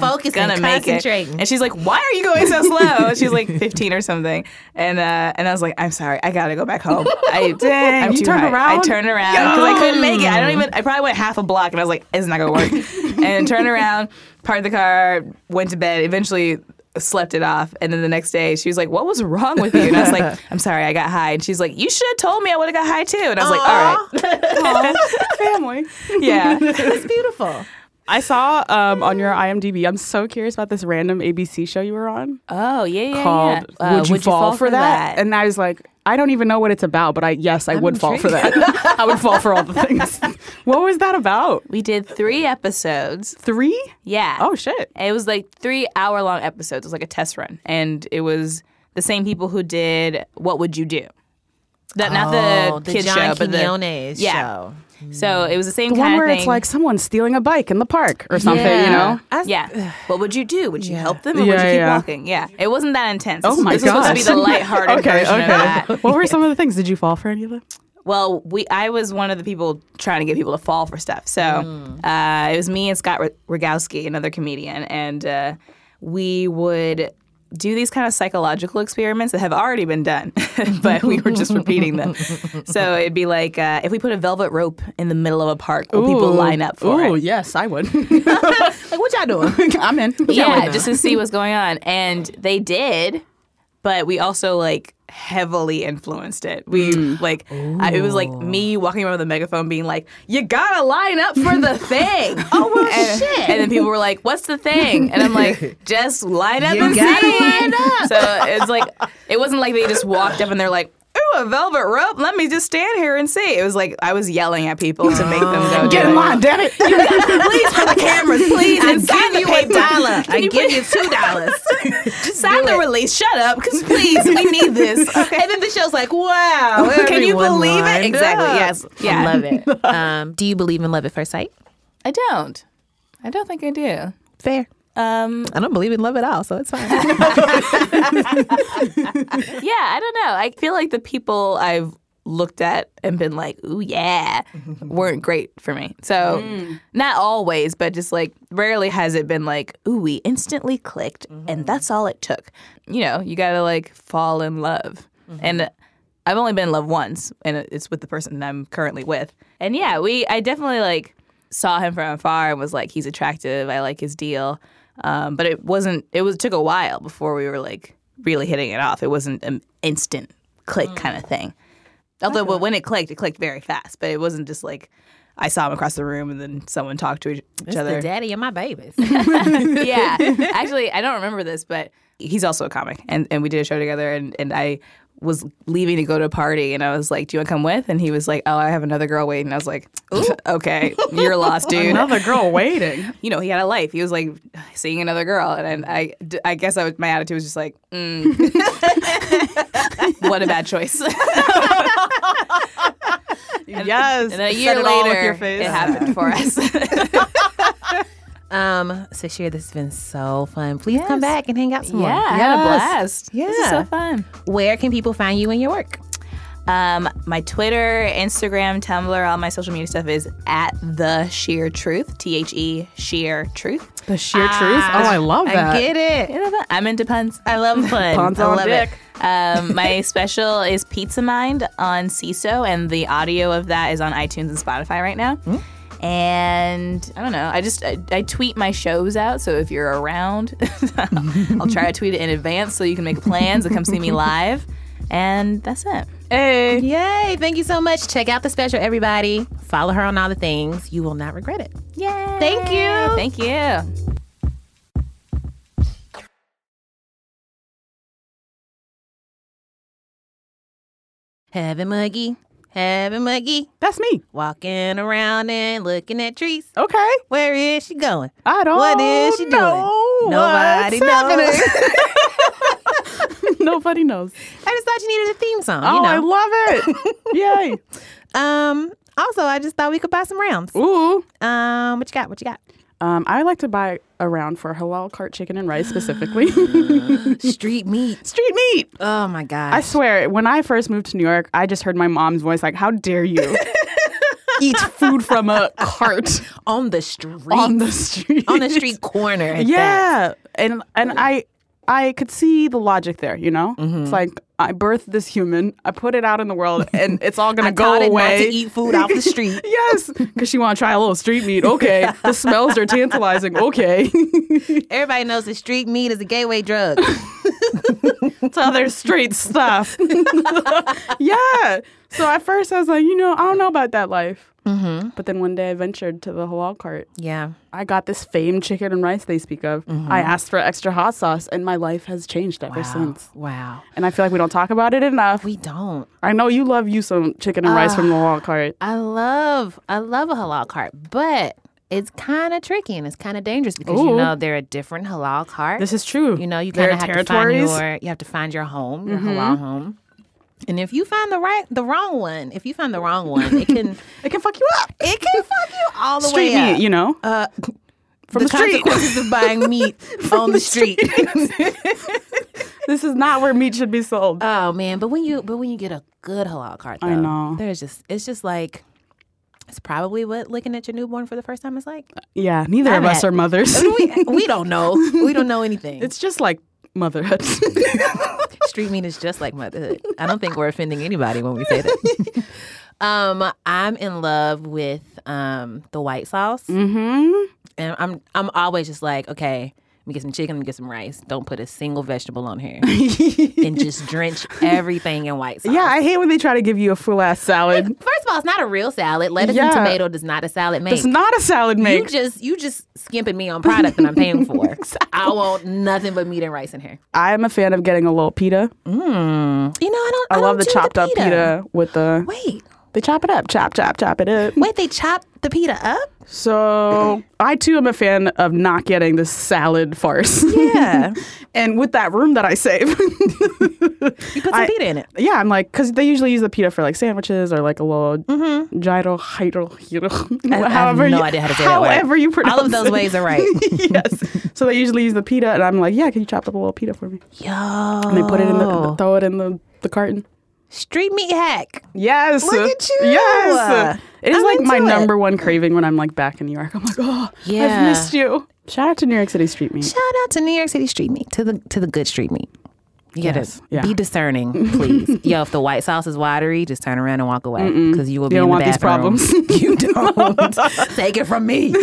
Speaker 2: Focus
Speaker 5: gonna make it. And she's like, "Why are you going so slow?" And she's like, "15 or something." And uh, and I was like, "I'm sorry, I gotta go back home." I
Speaker 1: Dang,
Speaker 5: I'm
Speaker 1: you
Speaker 5: too
Speaker 1: turned
Speaker 5: high. I
Speaker 1: around?
Speaker 5: turned around because I couldn't make it. I don't even. I probably went half a block, and I was like, "It's not gonna work." and then turned around, parked the car, went to bed. Eventually. Slept it off, and then the next day she was like, "What was wrong with you?" And I was like, "I'm sorry, I got high." And she's like, "You should have told me I would have got high too." And I was like, "All right,
Speaker 1: family.
Speaker 5: yeah,
Speaker 2: It's beautiful.
Speaker 1: I saw um, on your IMDb. I'm so curious about this random ABC show you were on
Speaker 5: oh yeah, yeah, Uh,
Speaker 1: called
Speaker 5: yeah."
Speaker 1: "Would, you, fall for that? And I was like, I don't even know what it's about, but I yes, I would fall for that. I would fall for all the things. what was that about?
Speaker 5: we did three episodes.
Speaker 1: Three?
Speaker 5: Yeah.
Speaker 1: Oh shit!
Speaker 5: It was like three hour long episodes. It was like a test run, and it was the same people who did "What Would You Do." That not
Speaker 1: Oh,
Speaker 5: the,
Speaker 2: the
Speaker 5: kids
Speaker 2: John
Speaker 5: show, but the
Speaker 2: Quiñones
Speaker 5: yeah.
Speaker 2: show.
Speaker 5: So it was the same
Speaker 1: The one
Speaker 5: kind of
Speaker 1: where
Speaker 5: thing.
Speaker 1: it's like someone's stealing a bike in the park or something. You know?
Speaker 2: I s-
Speaker 5: yeah. What would you do? Would you help them, or
Speaker 1: Yeah,
Speaker 5: would you keep
Speaker 1: yeah.
Speaker 5: walking? Yeah. It wasn't that intense.
Speaker 1: Oh my
Speaker 5: This was supposed to be
Speaker 1: gosh.
Speaker 5: the lighthearted
Speaker 1: okay,
Speaker 5: version
Speaker 1: okay.
Speaker 5: of that.
Speaker 1: What were some of the things? Did you fall for any of them?
Speaker 5: Well, we I was one of the people trying to get people to fall for stuff. So
Speaker 1: Hmm.
Speaker 5: uh, it was me and Scott R- Rogowski, another comedian, and uh, we would do these kind of psychological experiments that have already been done, but we were just repeating them. So it'd be like uh, if we put a velvet rope in the middle of a park, will people line up for
Speaker 1: Ooh,
Speaker 5: it?
Speaker 1: yes, I would.
Speaker 2: Like what y'all doing?
Speaker 1: I'm in.
Speaker 5: yeah, just to see what's going on. And they did, but we also like heavily influenced it. We like I, it was like me walking around with a megaphone, being like, "You gotta line up for the thing." oh well, and, shit. And then people were like, "What's the thing?" And I'm like, "Just line up and see." So it's like it wasn't like they just walked up and they're like. Ooh, a velvet rope? Let me just stand here and see. It was like I was yelling at people to make them go.
Speaker 1: Get
Speaker 5: do
Speaker 1: in
Speaker 5: it.
Speaker 1: line, damn it.
Speaker 5: please for the cameras, please.
Speaker 2: I
Speaker 5: and sign
Speaker 2: give you
Speaker 5: the
Speaker 2: a
Speaker 5: paper.
Speaker 2: dollar.
Speaker 5: Can
Speaker 2: I
Speaker 5: you
Speaker 2: give
Speaker 5: please-
Speaker 2: you two dollars.
Speaker 5: Sign the release. Shut up, because please, we need this. Okay.
Speaker 2: And then the show's like, wow.
Speaker 5: Can you
Speaker 2: everyone
Speaker 5: believe it?
Speaker 2: lined
Speaker 5: Exactly.
Speaker 2: up.
Speaker 5: Yes. Yeah.
Speaker 2: I love it. Um, do you believe in love at first sight?
Speaker 5: I don't. I don't think I do.
Speaker 2: Fair.
Speaker 5: Um,
Speaker 2: I don't believe in love at all, so it's fine.
Speaker 5: yeah, I don't know. I feel like the people I've looked at and been like, ooh, yeah, weren't great for me. So, not always, but just like rarely has it been like, ooh, we instantly clicked and that's all it took. You know, you gotta like fall in love. And I've only been in love once, and it's with the person I'm currently with. And yeah, we, I definitely like saw him from afar and was like, he's attractive. I like his deal. Um, but it wasn't, it was, took a while before we were like really hitting it off. It wasn't an instant click kind of thing. Although but when it clicked, it clicked very fast, but it wasn't just like I saw him across the room and then someone talked to each, each other.
Speaker 2: daddy of my babies.
Speaker 5: yeah. Actually, I don't remember this, but he's also a comic, and, and we did a show together, and, and I was leaving to go to a party, and I was like, "Do you want to come with?" And he was like, "Oh, I have another girl waiting." I was like, "Okay, you're lost, dude."
Speaker 1: Another girl waiting.
Speaker 5: you know, he had a life. He was like seeing another girl, and I, I, I guess I was, my attitude was just like, mm. "What a bad choice."
Speaker 1: yes.
Speaker 5: and a year
Speaker 1: Said it
Speaker 5: later,
Speaker 1: all with your face.
Speaker 5: it happened for us.
Speaker 2: Um, Sashir, this has been so fun. Please come back and hang out some more.
Speaker 5: I had a blast. Yeah, this is so
Speaker 2: Yeah.
Speaker 5: fun.
Speaker 2: Where can people find you and your work?
Speaker 5: Um, my Twitter, Instagram, Tumblr, all my social media stuff is at the sheer truth. T H E sheer truth.
Speaker 1: The sheer truth.
Speaker 5: Ah,
Speaker 1: Oh, I love that.
Speaker 2: I get it.
Speaker 5: I'm into puns. I love puns.
Speaker 1: Puns
Speaker 5: I
Speaker 1: on
Speaker 5: love
Speaker 1: dick.
Speaker 5: it. Um, my special is Pizza Mind on CISO, and the audio of that is on iTunes and Spotify right now. And I don't know. I just I, I tweet my shows out, so if you're around, I'll try to tweet it in advance so you can make plans to come see me live. And that's it. Hey.
Speaker 2: Yay. Thank you so much. Check out the special, everybody. Follow her on all the things. You will not regret it.
Speaker 5: Yay. Thank you. Thank you.
Speaker 2: Heaven Muggy, Heaven Muggy,
Speaker 1: That's me.
Speaker 2: walking around and looking at trees.
Speaker 1: Okay.
Speaker 2: Where is she going?
Speaker 1: I don't
Speaker 2: What is she doing?
Speaker 1: know
Speaker 2: Nobody
Speaker 1: Oh, what's
Speaker 2: knows.
Speaker 1: happening. Nobody knows.
Speaker 2: I just thought you needed a theme song.
Speaker 1: Oh,
Speaker 2: you know.
Speaker 1: I love it. Yay.
Speaker 2: Um. Also, I just thought we could buy some rounds.
Speaker 1: Ooh.
Speaker 2: Um. What you got? What you got?
Speaker 1: Um, I like to buy a round for halal cart chicken and rice specifically.
Speaker 2: Street meat.
Speaker 1: Street meat.
Speaker 2: Oh my
Speaker 1: I
Speaker 2: gosh.
Speaker 1: swear, when I first moved to New York, I just heard my mom's voice like, How dare you eat food from a cart
Speaker 2: on the street.
Speaker 1: on the street?
Speaker 2: on the street corner. at that.
Speaker 1: Yeah. And and I I could see the logic there, you know?
Speaker 2: Mm-hmm.
Speaker 1: It's like I birthed this human, I put it out in the world, and it's all gonna
Speaker 2: I
Speaker 1: go
Speaker 2: taught it
Speaker 1: away.
Speaker 2: not to eat food off the street.
Speaker 1: Yes, because she want to try a little street meat. Okay, the smells are tantalizing. Okay,
Speaker 2: Everybody knows that street meat is a gateway drug.
Speaker 1: it's other street stuff. yeah. So at first I was like, you know, I don't know about that life. Mm-hmm. But then one day I ventured to the halal cart.
Speaker 2: yeah.
Speaker 1: I got this famed chicken and rice they speak of.
Speaker 2: Mm-hmm.
Speaker 1: I asked for extra hot sauce, and my life has changed ever since.
Speaker 2: Wow.
Speaker 1: And I feel like we don't talk about it enough.
Speaker 2: We don't.
Speaker 1: I know you love you some chicken and rice from the halal cart.
Speaker 2: I love I love a halal cart, but it's kind of tricky and it's kind of dangerous because you
Speaker 1: Ooh.
Speaker 2: know there are different halal carts.
Speaker 1: This is true.
Speaker 2: You know, you
Speaker 1: There
Speaker 2: kind
Speaker 1: are
Speaker 2: of have to find your you have to find your home,
Speaker 1: Mm-hmm.
Speaker 2: your halal home. And if you find the right the wrong one, if you find the wrong one, it can
Speaker 1: It can fuck you up.
Speaker 2: it can fuck you all the
Speaker 1: Street
Speaker 2: way up.
Speaker 1: meat, you know.
Speaker 2: uh,
Speaker 1: from
Speaker 2: the
Speaker 1: the street.
Speaker 2: consequences of buying meat on the street.
Speaker 1: this is not where meat should be sold.
Speaker 2: oh man, but when you but when you get a good halal cart, though,
Speaker 1: I know.
Speaker 2: there's just it's just like it's probably what looking at your newborn for the first time is like.
Speaker 1: Yeah, neither of
Speaker 2: I'm
Speaker 1: us
Speaker 2: at-
Speaker 1: are mothers.
Speaker 2: we, we don't know. We don't know anything.
Speaker 1: it's just like motherhood.
Speaker 2: Street meat is just like motherhood. I don't think we're offending anybody when we say that. um, I'm in love with um the white sauce,
Speaker 1: mm-hmm.
Speaker 2: and I'm I'm always just like, okay, Let me get some chicken. Let me get some rice. Don't put a single vegetable on here, and just drench everything in white sauce.
Speaker 1: Yeah, I hate when they try to give you a full ass salad.
Speaker 2: First of all, it's not a real salad. Lettuce
Speaker 1: Yeah.
Speaker 2: and tomato does not a salad make.
Speaker 1: It's not a salad
Speaker 2: you
Speaker 1: make.
Speaker 2: just you just skimping me on product that I'm paying for. I want nothing but meat and rice in here.
Speaker 1: I'm a fan of getting a little pita.
Speaker 2: You know, I don't.
Speaker 1: I,
Speaker 2: I,
Speaker 1: love the
Speaker 2: don't Oh, do
Speaker 1: chopped up pita with the.
Speaker 2: Wait,
Speaker 1: They chop it up, chop, chop, chop it up.
Speaker 2: wait, they chop the pita up?
Speaker 1: So I too am a fan of not getting the salad farce.
Speaker 2: Yeah,
Speaker 1: and with that room that I save.
Speaker 2: you put some
Speaker 1: I-
Speaker 2: pita in it.
Speaker 1: yeah, I'm like, because they usually use the pita for like sandwiches or like a little gyro, hydro, gyro.
Speaker 2: Mm-hmm. I have
Speaker 1: However,
Speaker 2: no
Speaker 1: you,
Speaker 2: idea how to say that word.
Speaker 1: however you pronounce
Speaker 2: All of those
Speaker 1: it.
Speaker 2: ways are right.
Speaker 1: yes. So they usually use the pita, and I'm like, yeah, can you chop up a little pita for me?
Speaker 2: Yo,
Speaker 1: And they put it in the,
Speaker 2: Oh.
Speaker 1: throw it in the, the carton.
Speaker 2: street meat hack.
Speaker 1: Yes.
Speaker 2: Look at you.
Speaker 1: Yes. It is
Speaker 2: I'm
Speaker 1: like my
Speaker 2: into it.
Speaker 1: number one craving when I'm like back in New York. I'm like, oh,
Speaker 2: Yeah.
Speaker 1: I've missed you. Shout out to New York City street meat.
Speaker 2: Shout out to New York City street meat to the to the good street meat. You gotta
Speaker 1: Yes, yeah.
Speaker 2: be discerning, please. Yo, if the white sauce is watery, just turn around and walk away because you will be
Speaker 1: You don't
Speaker 2: in
Speaker 1: want
Speaker 2: the
Speaker 1: these
Speaker 2: bathroom.
Speaker 1: problems.
Speaker 2: you don't. Take it from me.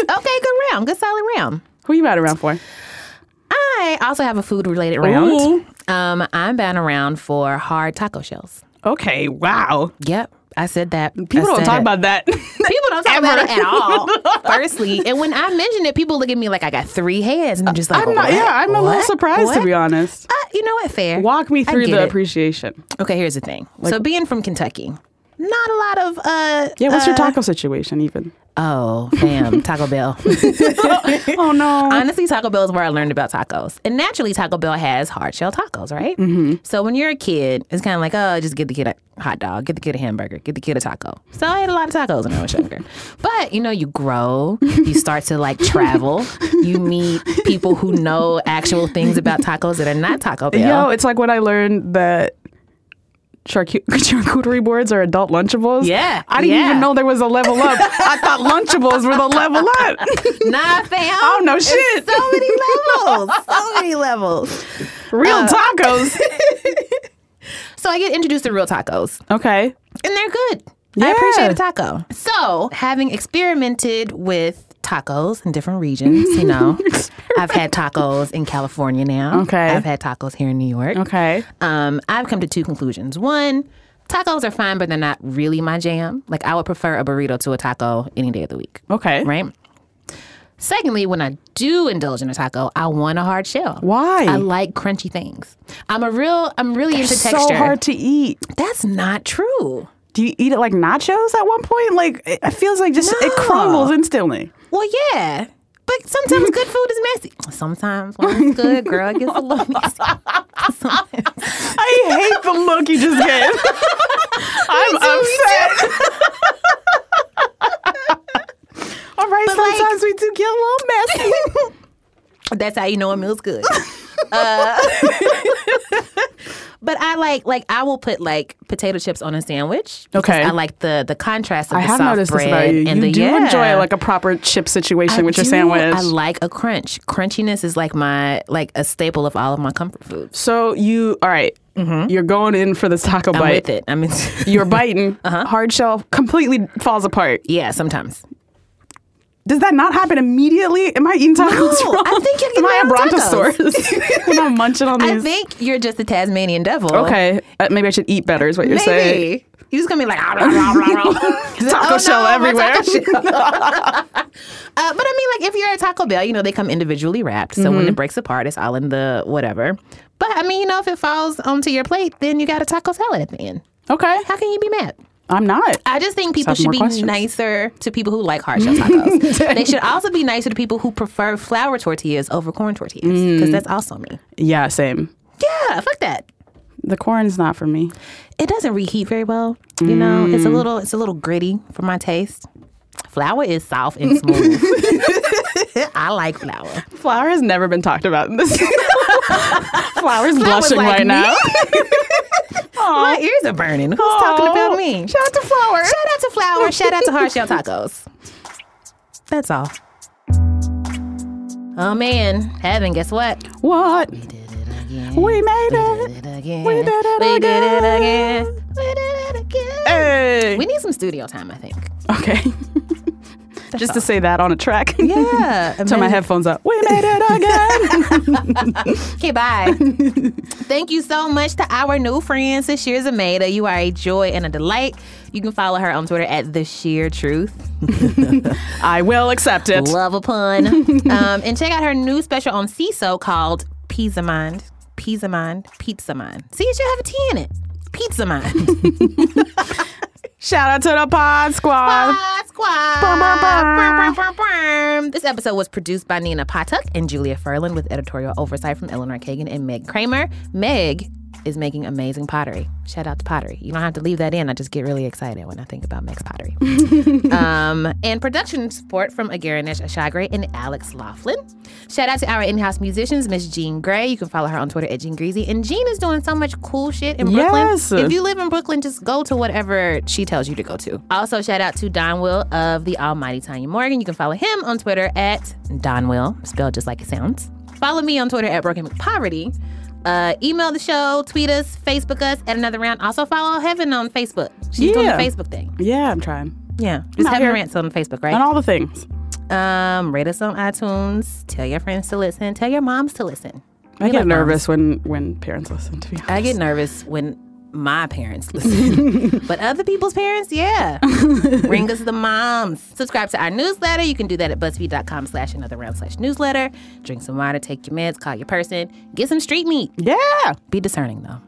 Speaker 2: okay, good round, good solid round.
Speaker 1: Who you mad around for?
Speaker 2: I also have a food related round.
Speaker 1: Ooh.
Speaker 2: Um, I'm bound around for hard taco shells.
Speaker 1: Okay, wow.
Speaker 2: Yep, I said that.
Speaker 1: People don't talk about that.
Speaker 2: People don't talk about it at all. Firstly, and when I mention it, people look at me like I got three heads, and I'm just like,
Speaker 1: I'm not.
Speaker 2: "What?
Speaker 1: Yeah, I'm a little
Speaker 2: What?
Speaker 1: surprised to
Speaker 2: What?"
Speaker 1: be honest.
Speaker 2: Uh, you know what? Fair.
Speaker 1: Walk me
Speaker 2: I
Speaker 1: through
Speaker 2: get
Speaker 1: the
Speaker 2: it.
Speaker 1: appreciation.
Speaker 2: Okay, here's the thing. so being from Kentucky, not a lot of uh
Speaker 1: Yeah, what's your
Speaker 2: uh,
Speaker 1: taco situation even?
Speaker 2: Oh, fam, Taco Bell.
Speaker 1: Oh no.
Speaker 2: Honestly, Taco Bell is where I learned about tacos. And naturally, Taco Bell has hard shell tacos, right? Mm-hmm. So when you're a kid, it's kind of like, oh, just get the kid a hot dog, get the kid a hamburger, get the kid a taco. So I ate a lot of tacos when I was younger. but, you know, you grow, you start to like travel, you meet people who know actual things about tacos that are not Taco Bell.
Speaker 1: Yo, it's like when I learned that charcu- charcuterie boards are adult Lunchables.
Speaker 2: Yeah,
Speaker 1: I didn't
Speaker 2: yeah.
Speaker 1: even know there was a level up. I thought Lunchables were the level up.
Speaker 2: Nah, fam.
Speaker 1: Oh no shit.
Speaker 2: so many levels. So many levels.
Speaker 1: Real
Speaker 2: uh,
Speaker 1: tacos.
Speaker 2: So I get introduced to real tacos,
Speaker 1: Okay.
Speaker 2: and they're good. I
Speaker 1: Yeah.
Speaker 2: appreciate a taco. So, having experimented with tacos in different regions, you know, I've had tacos in California now.
Speaker 1: Okay.
Speaker 2: I've had tacos here in New York.
Speaker 1: Okay.
Speaker 2: Um, I've come to two conclusions. One, tacos are fine, but they're not really my jam. Like, I would prefer a burrito to a taco any day of the week.
Speaker 1: Okay.
Speaker 2: Right? Secondly, when I do indulge in a taco, I want a hard shell.
Speaker 1: Why?
Speaker 2: I like crunchy things. I'm a real, I'm really into texture.
Speaker 1: So hard to eat.
Speaker 2: That's not true.
Speaker 1: Do you eat it like nachos at one point? Like it it feels like just it
Speaker 2: No.
Speaker 1: crumbles instantly.
Speaker 2: Well, yeah. But sometimes good food is messy. Sometimes when it's good, girl, it gets a little messy.
Speaker 1: I hate the look you just gave. I'm upset. All right, sometimes we do get a little messy.
Speaker 2: That's how you know a meal's good. uh, but I like like I will put like potato chips on a sandwich. because
Speaker 1: Okay.
Speaker 2: I like the the contrast of
Speaker 1: I
Speaker 2: the
Speaker 1: have
Speaker 2: soft
Speaker 1: noticed this
Speaker 2: bread
Speaker 1: about you.
Speaker 2: and
Speaker 1: you
Speaker 2: the
Speaker 1: do
Speaker 2: yeah.
Speaker 1: enjoy like a proper chip situation
Speaker 2: I
Speaker 1: with your
Speaker 2: do.
Speaker 1: sandwich.
Speaker 2: I like a crunch. Crunchiness is like my like a staple of all of my comfort foods.
Speaker 1: so you, all right, you're going in for this taco
Speaker 2: Mm-hmm. I'm
Speaker 1: bite.
Speaker 2: with it. Uh-huh. I mean,
Speaker 1: You're biting. Hard shell completely falls apart.
Speaker 2: yeah, sometimes.
Speaker 1: Does that not happen immediately? Am I eating tacos?
Speaker 2: No,
Speaker 1: wrong?
Speaker 2: I think you're
Speaker 1: Am I a
Speaker 2: getting around tacos.
Speaker 1: brontosaurus? when I'm munching on
Speaker 2: I
Speaker 1: these.
Speaker 2: think you're just a Tasmanian devil.
Speaker 1: okay, uh, maybe I should eat better. Is what you're
Speaker 2: Maybe.
Speaker 1: saying?
Speaker 2: You just gonna be like "Ah, blah, blah, blah, blah."
Speaker 1: Taco
Speaker 2: Oh,
Speaker 1: shell
Speaker 2: no, my
Speaker 1: everywhere.
Speaker 2: taco shell. Uh, but I mean, like if you're at Taco Bell, you know they come individually wrapped. So when it breaks apart, it's all in the whatever. But I mean, you know, if it falls onto your plate, then you got a taco salad at the end.
Speaker 1: okay,
Speaker 2: How can you be mad?
Speaker 1: I'm not.
Speaker 2: I just think people
Speaker 1: have
Speaker 2: should
Speaker 1: more
Speaker 2: be
Speaker 1: questions.
Speaker 2: nicer to people who like hard shell tacos. they should also be nicer to people who prefer flour tortillas over corn tortillas because that's also me.
Speaker 1: Yeah, same.
Speaker 2: Yeah, fuck that.
Speaker 1: The corn's not for me.
Speaker 2: It doesn't reheat very well. You know, it's a little it's a little gritty for my taste. Flour is soft and smooth. I like flour.
Speaker 1: Flour has never been talked about in this. Flour's blushing
Speaker 2: like
Speaker 1: right
Speaker 2: me.
Speaker 1: now.
Speaker 2: My ears are burning. Who's talking about me?
Speaker 1: Oh, Shout out to Flour.
Speaker 2: Shout out to Flour. Shout out to Hard Shell Tacos. That's all. Oh man, heaven, guess what?
Speaker 1: What? We made
Speaker 2: We
Speaker 1: it.
Speaker 2: did it again.
Speaker 1: We did it
Speaker 2: We did it
Speaker 1: again.
Speaker 2: again. We did it again.
Speaker 1: Hey.
Speaker 2: We need some studio time, I think.
Speaker 1: Okay. just to say that on a track.
Speaker 2: Yeah.
Speaker 1: Turn my headphones up. We made it again.
Speaker 2: Okay, bye. Thank you so much to our new friend, Sashir Zameda. You are a joy and a delight. You can follow her on Twitter at The Sheer Truth.
Speaker 1: I will accept it.
Speaker 2: Love a pun. um, and check out her new special on CISO called Pizza Mind. Pizza Mind. Pizza Mind. See, it should have a T in it. Pizza Mind.
Speaker 1: Shout out to the Pod Squad.
Speaker 2: Squad, squad. Brum, brum, brum, brum. This episode was produced by Nina Potuck and Julia Ferlin with editorial oversight from Eleanor Kagan and Meg Kramer. Meg is making amazing pottery. Shout out to pottery. You don't have to leave that in. I just get really excited when I think about Meg's pottery. um, and production support from Agarinesh Ashagre and Alex Laughlin. Shout out to our in-house musicians, Miss Jean Gray. You can follow her on Twitter at Jean Greasy. And Jean is doing so much cool shit in Brooklyn.
Speaker 1: Yes.
Speaker 2: If you live in Brooklyn, just go to whatever she tells you to go to. Also, shout out to Don Will of the Almighty Tanya Morgan. You can follow him on Twitter at Don Will, spelled just like it sounds. Follow me on Twitter at Broken McPoverty. Uh, email the show, tweet us, Facebook us at another round. Also follow Heaven on Facebook. She's doing the
Speaker 1: Yeah.
Speaker 2: Facebook thing.
Speaker 1: Yeah, I'm trying.
Speaker 2: Yeah, just
Speaker 1: out
Speaker 2: Heaven
Speaker 1: here.
Speaker 2: Rants on Facebook,
Speaker 1: And
Speaker 2: right?
Speaker 1: all the things.
Speaker 2: Um, rate us on iTunes. Tell your friends to listen. Tell your moms to listen.
Speaker 1: I
Speaker 2: We
Speaker 1: get
Speaker 2: like moms. Uh,
Speaker 1: nervous when when parents listen to me.
Speaker 2: I get nervous when my parents listen, but other people's parents, yeah. Ring us the moms. Subscribe to our newsletter. You can do that at buzzfeed.com slash another round slash newsletter. Drink some water, take your meds, call your person, get some street meat.
Speaker 1: Yeah.
Speaker 2: Be discerning though.